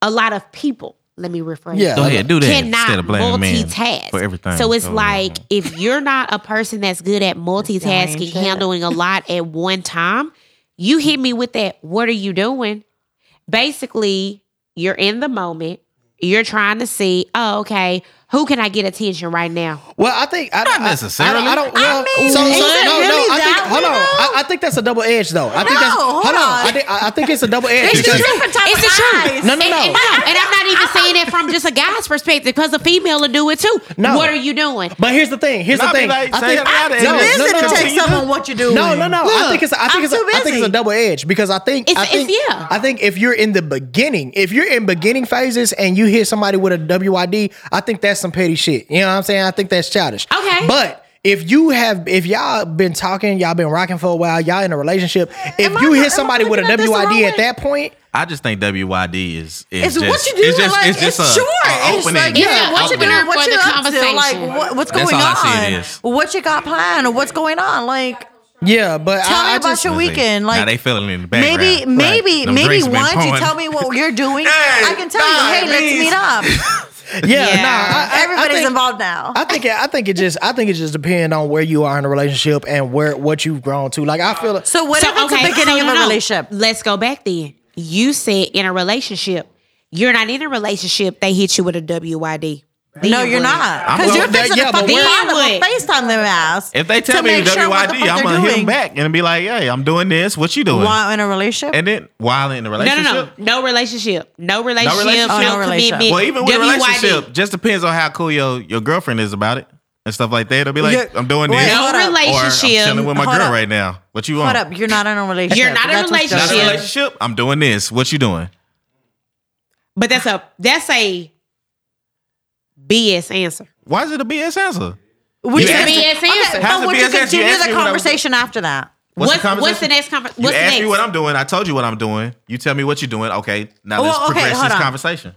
a lot of people. Let me rephrase.
Yeah.
Go ahead, do that instead
cannot
of blaming men
multitask
for everything.
So it's
Oh,
like if you're not a person that's good at multitasking, handling a lot at one time, you hit me with that. What are you doing? Basically, you're in the moment. You're trying to see, oh, okay, who can I get attention right now?
Well, I think I, not
necessarily.
I, I, don't.
I
Well,
mean,
so, so-
is it
no,
really
no. I think
that
hold on. I,
weirdo?
I think that's a double edge though. I think
No,
that's
hold on.
I think I, I think it's a double
It's
edge.
two
Because-
different types
It's the
of
truth.
guys.
No, no,
And,
no.
and no, and I'm not even saying it from just a guy's perspective because a female will do it too.
No.
What are you doing?
But here's the thing. Here's
I'll
the
be
thing.
like,
I
say
think
it out of
no,
it.
no,
Listen
Listen
to
no, no.
text
to text someone what you doing.
No, no, no. I
Look,
think it's I
I'm
think it's a,
too
I think it's a
busy.
double edge because I think
It's-
I think
it's- yeah.
I think if you're in the beginning, if you're in beginning phases and you hit somebody with a WID, I think that's some petty shit. You know what I'm saying? I think that's childish.
Okay.
But if you have if y'all been talking, y'all been rocking for a while, y'all in a relationship, if
Am
you
I not- am I
hit somebody with a
looking at this the wrong
WID at
way?
that point,
I just think WYD is, is
It's
just,
what you do.
It's just,
like,
it's just a,
short.
a
It's
opening.
like,
It's
yeah,
an
what you
opening
doing? What
for
you
the
up to? Like,
conversation.
what, what's
That's
going
all I see it
on?
is.
What you got planned? What's going on? Like,
yeah, but
tell
I,
me
I
about
just,
your weekend. Like,
now they feeling in the background.
Maybe, maybe,
Them
maybe
drinks been
once you
pouring.
tell me what you're doing,
Hey,
I can tell
nah,
you, hey,
please.
let's meet up.
yeah,
Yeah.
nah, I- I- I
Everybody's
think-
involved now.
I think it, I think it just I think it just depends on where you are in a relationship and where what you've grown to. Like I feel
so whatever
So, okay,
the beginning
so
of
no,
a
no.
relationship.
Let's go back then. You said in a relationship, you're not in a relationship. They hit you with a WYD.
No, you're not.
I'm
Because
well,
you're
that-
fixing
yeah,
to
but
fucking
where-
call them
Wait.
or FaceTime their ass.
If they tell
To
me
make sure what the
WYD,
fuck
I'm
they're
gonna hit them
doing.
back and be like, "Hey, I'm doing this. What you doing?"
While in a relationship?
And then while in a
No, no,
relationship,
no, no relationship, no relationship, no,
relationship?
Oh, no relationship.
commitment.
Well, even with a
WYD.
relationship, just depends on how cool your, your girlfriend is about it and stuff like that. They'll be like,
Yeah.
I'm doing
Wait,
this.
hold
or
no
up.
I'm chilling
relationship.
with my
Hold
girl
up.
right now. What you want?
Hold up. You're not in a relationship.
You're not in a
That's what's
Not
going
a
Yeah.
on.
relationship. I'm doing this. What you doing?
But that's a that's a BS answer.
Why is it a BS answer?
Would
You
you
asked
be
me-
BS
Has
answer.
but
to
would
be
you
as if you
continue
asked
the
me what I was-
conversation after that?
What's the
What's what's,
conversation?
the next conversation?
You
What's
asked
the next?
me what I'm doing. I told you what I'm doing. You tell me what you're doing. Okay, now
Well,
let's
okay,
progress
hold
this
on.
conversation.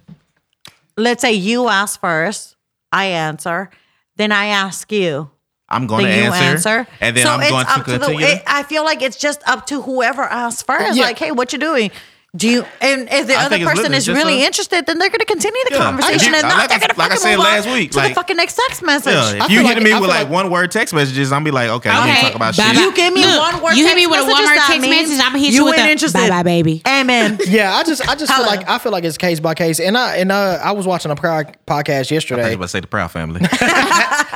Let's say you ask first, I answer, then I ask you,
I'm
then
going
you
to answer,
answer.
and then
so
I'm
it's
going to
up to the.
continue.
It, I feel like it's just up to whoever asks first.
Yeah.
Like, hey, what you doing? Do you? And if the
I
other
think it's
person
literally
is
just
really
a-
interested, then they're going to continue the
Yeah.
conversation,
Yeah.
and not
Like I-
they're going to
like I
fucking
said
move
last
on
week,
to
like-
the fucking next text message.
yeah,
I
if you
feel
hit
like-
me
I
with
feel
like,
like-
one word text messages, I'm be like, okay, we can talk about
bye-bye.
shit.
You give me
Look,
one word
You hit me
text
with a one
messages,
word
that
text
means
message. I'm gonna hit
you
you, with
ain't
a
interested.
Bye bye, baby.
Amen.
Yeah, I just I just feel
Hello.
like I feel like it's case by case, and I and uh, I was watching a pro- podcast
I was
yesterday.
about to say the Proud Family.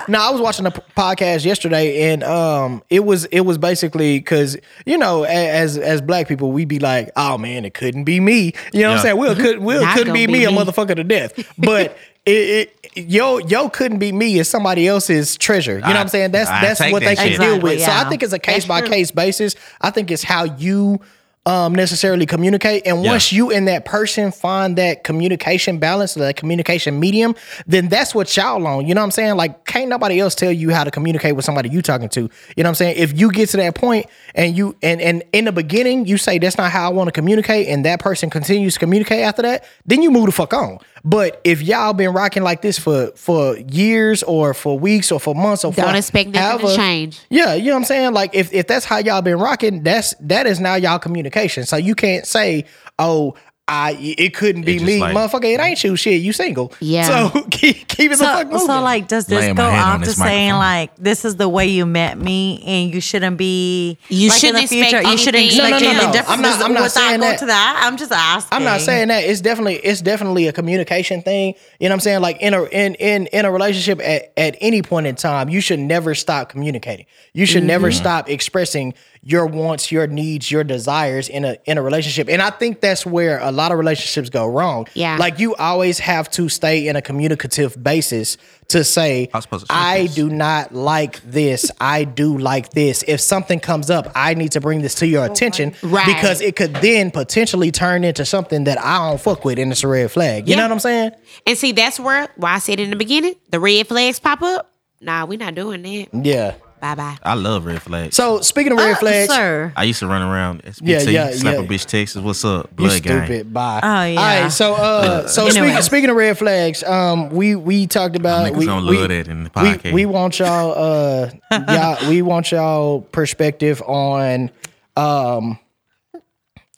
No, I was watching a p- podcast yesterday, and um, it was it was basically because you know a- as as black people we be like, oh man, it couldn't be me. You
Yeah.
know what I'm saying? Will could Will
Not
couldn't
gonna
be,
be
me, a
me.
motherfucker to death, but it. it Yo, yo, couldn't be me. Is somebody else's treasure. You know
I-
what I'm saying? That's
I
that's
take
what they
that
can
shit.
deal
Exactly,
with. So
yeah.
I think it's a case by case basis. I think it's how you um, necessarily communicate. And
Yeah.
once you and that person find that communication balance, that communication medium, then that's what y'all on. You know what I'm saying? Like, can't nobody else tell you how to communicate with somebody you talking to. You know what I'm saying? If you get to that point and you and and in the beginning you say that's not how I want to communicate, and that person continues to communicate after that, then you move the fuck on. But if y'all been rocking like this for for years or for weeks or for months or
Don't
for
expect nothing to
however-
change.
yeah, you know what I'm saying? Like if, if that's how y'all been rocking, that's that is now y'all communication. So you can't say, "Oh, I it couldn't be
just
me,
like-
motherfucker. It ain't you. Shit, you single.
Yeah.
So keep, keep it the
So,
fuck moving.
so like, does this
Laying my
go
hand on
off to
this
saying
microphone.
like, this is the way you met me, and you shouldn't be,
You
like,
shouldn't
in the future,
expect
you shouldn't
anything
expect
No, no, no,
anything
no.
different.
I'm not-
Does-
I'm not
would that
saying
go
that.
to that. I'm just asking.
I'm not saying that. It's definitely it's definitely a communication thing. You know what I'm saying? Like in a in in in a relationship at, at any point in time, you should never stop communicating. You should
Mm-hmm.
never stop expressing your wants, your needs, your desires in a in a relationship. And I think that's where a lot of relationships go wrong.
Yeah.
Like you always have to stay in a communicative basis to say
I was supposed to check
I
this.
do not like this. I do like this. If something comes up, I need to bring this to
Oh
your attention
Right.
because it could then potentially turn into something that I don't fuck with, and it's a red flag. You know
Yeah.
what I'm saying?
And see, that's where why I said in the beginning, the red flags pop up. Nah, we not doing that.
Yeah.
Bye bye.
I love red flags.
So speaking of red flags,
Uh, sir.
I used to run around SBT,
Yeah, yeah,
slap a
yeah.
bitch Texas. What's up,
you
blood gang?
stupid. Bye.
Oh, yeah.
All right. So uh, so
Anyway.
speaking, speaking of red flags, um, we we talked about
Niggas
we
don't
we-
love that in the
we-
podcast.
we want y'all uh y'all we want y'all perspective on um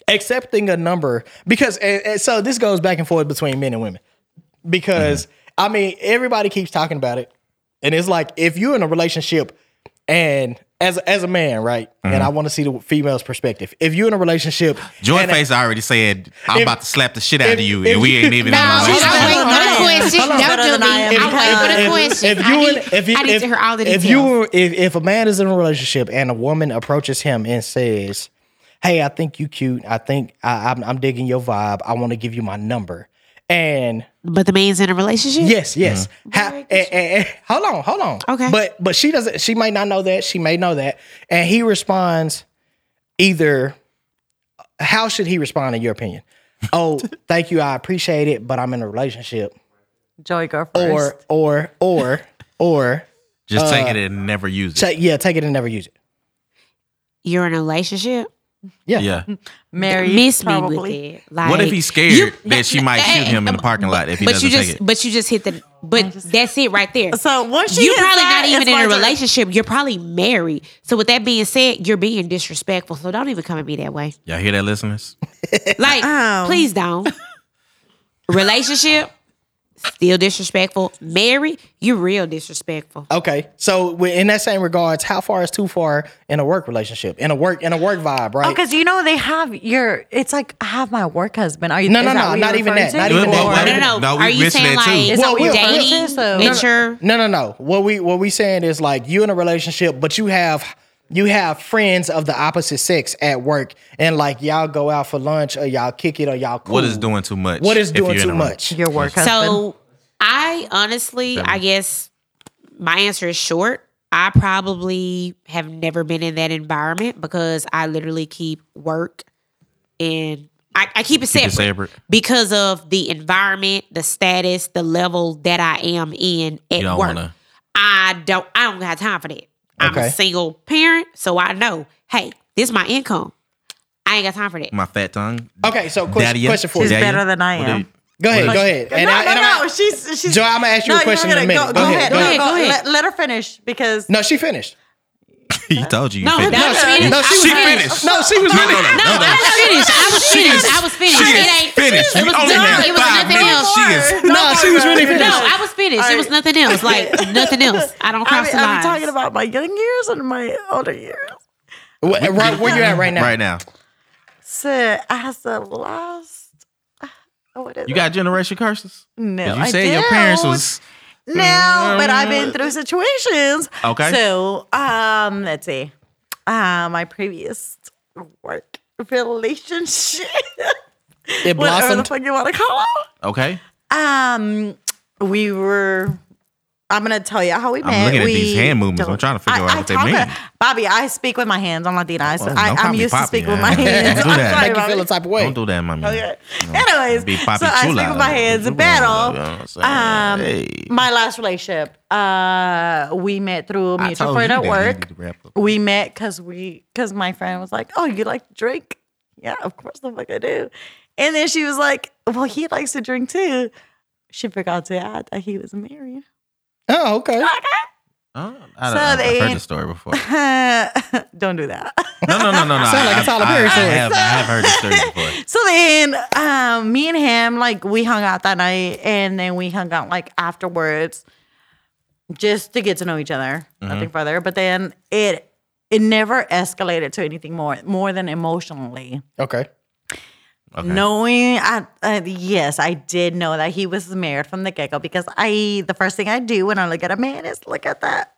accepting a number because and, and so this goes back and forth between men and women because I mean everybody keeps talking about it and it's like if you're in a relationship and as as a man right and I want to see the female's perspective if you're in a relationship
Joy
and-
Face already said, I'm
If-
about to slap the shit out of
if-
you,
if-
and we ain't even in
No,
the
she's
relationship.
I'm
Hold
waiting
on,
for
hold on.
the question.
Hold on. Better
Don't do
than I
me.
am.
I'm waiting for the
If-
question.
If you
I
and-
need,
if you,
I need
if,
to hear all the
if
details.
you were, if if a man is in a relationship and a woman approaches him and says, "Hey, I think you cute. I think I, I'm, I'm digging your vibe. I want to give you my number." And
but the man's in a relationship.
yes, yes. Ha- and- and- and- hold on, hold on.
Mm-hmm. Okay.
But but she doesn't. She may not know that. She may know that. And he responds either. How should he respond in your opinion? Oh, thank you. I appreciate it, but I'm in a relationship.
Joy, go first.
Or or or or
Just take it and never use it.
Ta- yeah, take it and never use it.
You're in a relationship.
Yeah.
Mary,
Miss
probably.
me with it. Like,
What if he's scared
you-
that she might shoot him in the parking lot if he
but
doesn't
you just,
take it?
but you just hit the. But that's it right there.
So once she
you're
hits
probably
that,
not even
it's
in
my
a
turn.
relationship. You're probably married. So with that being said, you're being disrespectful. So don't even come at me that way.
Y'all hear that, listeners?
Like,
Oh.
please don't. Um. Relationship, Still disrespectful. Mary, you real disrespectful.
Okay, so wi- in that same regards, how far is too far in a work relationship, in a work, in a work vibe, right?
Oh, because you know they have your. It's like I have my work husband. Are you?
No,
is
no,
that
no,
what you're
not even
referring
that, not
to?
even that.
Or-
Why
No,
did-
no, no.
No, we
Are you
mentioned
saying
that too.
like
Is that
Well,
well,
we-
dating?
so-
that you're
No, no, no. What we what we saying is like you in a relationship, but you have you have friends of the opposite sex at work, and like y'all go out for lunch or y'all kick it or y'all. Cool.
What is doing too much?
What is
if
doing
you're in
too
a room?
much?
Your work husband.
So I honestly, I guess my answer is short. I probably have never been in that environment because I literally keep work and I, I keep it
Keep it
separate
separate.
because of the environment, the status, the level that I am in at
You don't
work.
wanna-
I don't I don't have time for that. I'm
Okay.
a single parent, so I know, hey, this is my income. I ain't got time for that.
My fat tongue.
Okay, so question,
Daddy-a?
question for
She's
you.
Daddy-a?
better than I
What
am.
do you-
Go ahead,
What
go
is-
ahead.
no,
I-
no,
I'm-
no. She's she's.
Joy, I'm gonna ask you a
you're
question in a
gonna-
minute.
Go,
Go
go
ahead,
ahead.
go
no,
ahead.
go-
Go ahead.
Let, let her finish because
No, she finished.
He told you. you
No,
fat
that-
tongue.
No,
was
she-
finished.
No, she
She
was
finished.
No, she was.
No, no, no, no,
No, I
no.
was finished. I was finished. I was finished.
She
It
is
ain't
finished.
It
You
was
only
done.
had
It was
five
nothing
minutes.
else.
She
more.
is
No, she was really
No,
finished.
I was finished. It was nothing else. Like nothing else. I don't
I
cross
mean,
the
I'm
lines.
talking about my young years and my older years.
Wh- right, where you at right now?
right now.
So as the last, oh, what is
You
it?
got generation curses.
No,
'Cause you
I
said your parents
don't.
was. Mm.
No, but I've been through situations.
Okay.
So, um, let's see. Uh, my previous work relationship.
It
Whatever the
blossomed.
fuck you want to call it.
Okay.
Um, we were. I'm gonna tell you how we met.
looking at
we
these hand movements. I'm
don't-
trying to figure
I-
out
I
what they
talk-
mean.
Bobby, I speak with my hands. I'm Latina. I,
Well,
I,
don't call
I'm
me
used to
Poppy,
speak
man.
with my
Don't
hands.
do
I'm
that.
sorry,
Make you feel
Bobby.
the type of way.
Don't do that, my man.
Okay. Anyways,
Be Papi
so I
Chula.
speak with my hands in battle. Um,
Hey.
My last relationship, uh, we met through a
I
mutual
told
friend
you
at
that you
work.
need to wrap up.
We met because we because my friend was like, "Oh, you like to drink? Yeah, of course the fuck I do." And then she was like, "Well, he likes to drink too." She forgot to add that he was married.
Oh, okay.
Oh, I
So
don't, I've
they-
heard this story before.
Don't do that.
No, no, no, no, no.
Sound like a
I've-
Tyler
I-
Perry
I
story.
have- I have heard this story before.
So then, um, me and him, like, we hung out that night, and then we hung out like afterwards, just to get to know each other, nothing further. But then it it never escalated to anything more, more than emotionally.
Okay.
Okay.
Knowing, I, uh, yes, I did know that he was married from the get go because I, the first thing I do when I look at a man is look at that,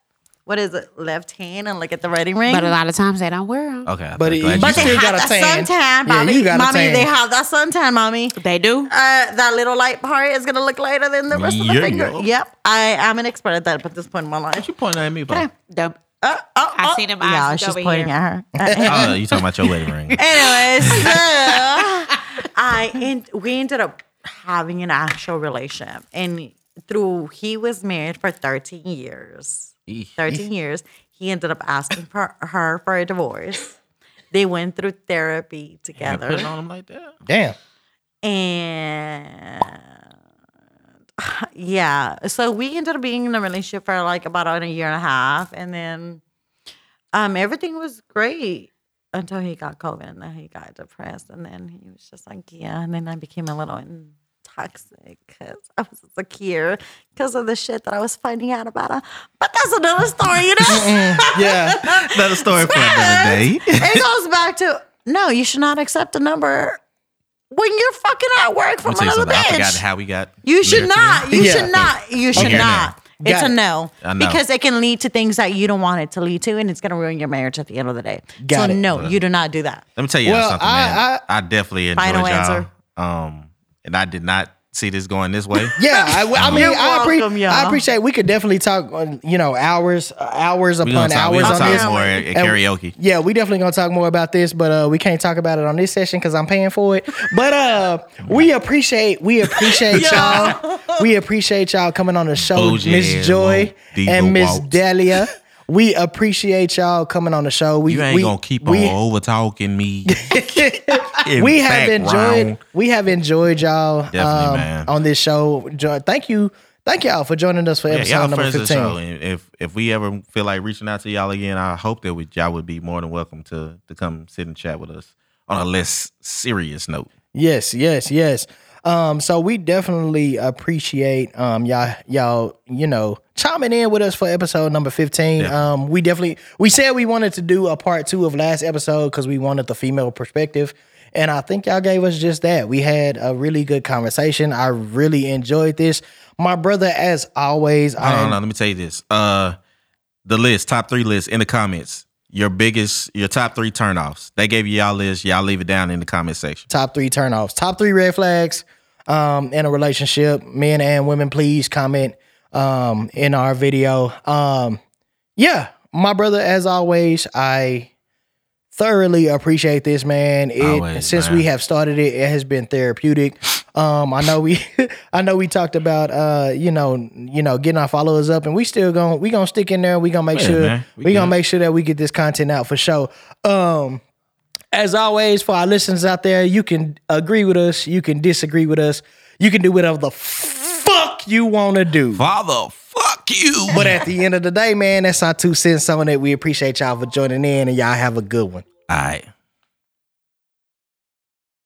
what is it, left hand, and look at the wedding ring.
But a lot of times they don't wear 'em.
Okay.
But
I'm glad you
it- You
But they
said-
still
have
got a tan.
that suntan,
Yeah,
mommy.
you got a
mommy,
tan.
they have that suntan, mommy.
They do.
uh, that little light part is gonna look lighter than the rest of
Yeah,
the finger.
yo.
Yep, I am an expert at that at this point in my life.
you pointing at me, but
The-
Uh, oh,
I
oh.
seen them eyes
Yeah,
look
she's
over
pointing
here.
at her. Uh,
oh, you talking about your wedding ring?
anyway, so I and we ended up having an actual relationship, and through he was married for thirteen years. Thirteen years, he ended up asking for her for a divorce. They went through therapy
And
together.
put it on him like that.
Damn.
and yeah so we ended up being in a relationship for like about a year and a half and then um everything was great until he got covid and then he got depressed and then he was just like yeah and then i became a little in- toxic because i was insecure because of the shit that i was finding out about her but that's another story you know
Yeah.
Another story for another day.
it goes back to no you should not accept a number when you're fucking at work from
Let me tell you
another
something. I forgot
bitch
how we got.
you
married
should
to
not.
me.
You
Yeah.
should not. You should
Okay.
not.
Got
It's a
it.
no
I know.
because it can lead to things that you don't want it to lead to, and it's going to ruin your marriage at the end of the day.
Got
so
it.
no, you do not do that.
Let me tell you all
Well,
something,
I-
man. I, definitely enjoyed
Final
y'all.
answer.
Um, and I did not see this going this way.
Yeah, I, I mean,
You're
I, appre-
welcome, y'all.
I appreciate. We could definitely talk, on, you know, hours, uh, hours
We
upon
gonna talk, we
hours
gonna
on
talk
this.
more at, at
And-
karaoke.
Yeah, we definitely gonna talk more about this, but uh, we can't talk about it on this session because I'm paying for it. But uh, we appreciate, we appreciate y'all. We appreciate y'all coming on the show,
Bougie
Miss
ass
Joy
Walt Diva
and Miss
Walt.
Delia. We appreciate y'all coming on the show. We
You ain't
we,
gonna keep on
we,
over talking me.
we have enjoyed we have enjoyed y'all
Definitely,
um,
man.
on this show. Jo- thank you, thank y'all for joining us for
Yeah,
episode
y'all
number
friends of the show.
fifteen.
And if if we ever feel like reaching out to y'all again, I hope that we, y'all would be more than welcome to to come sit and chat with us on a less serious note.
Yes, yes, yes. Um, so we definitely appreciate um y'all y'all, you know, chiming in with us for episode number 15.
Yeah.
Um we definitely we said we wanted to do a part two of last episode because we wanted the female perspective. And I think y'all gave us just that. We had a really good conversation. I really enjoyed this. My brother, as always,
Hold on,
I
hold on, let me tell you this. Uh, the list, top three list in the comments. Your biggest, your top three turnoffs. They gave you y'all list. Y'all leave it down in the comment section.
top three turnoffs, top three red flags um, in a relationship. Men and women, please comment um, in our video. Um, yeah, my brother, as always, I thoroughly appreciate this, man. It,
Always,
since
man.
we have started it, it has been therapeutic. Um, I know we, I know we talked about, uh, you know, you know, getting our followers up, and we still going we gonna stick in there. We gonna make
Yeah,
sure
man.
we,
We
gonna
good.
make sure that we get this content out for sure. Um, as always, for our listeners out there, you can agree with us, you can disagree with us, you can do whatever the fuck you want to do.
Father, fuck you.
But at the end of the day, man, that's our two cents on it. We appreciate y'all for joining in, and y'all have a good one.
all right.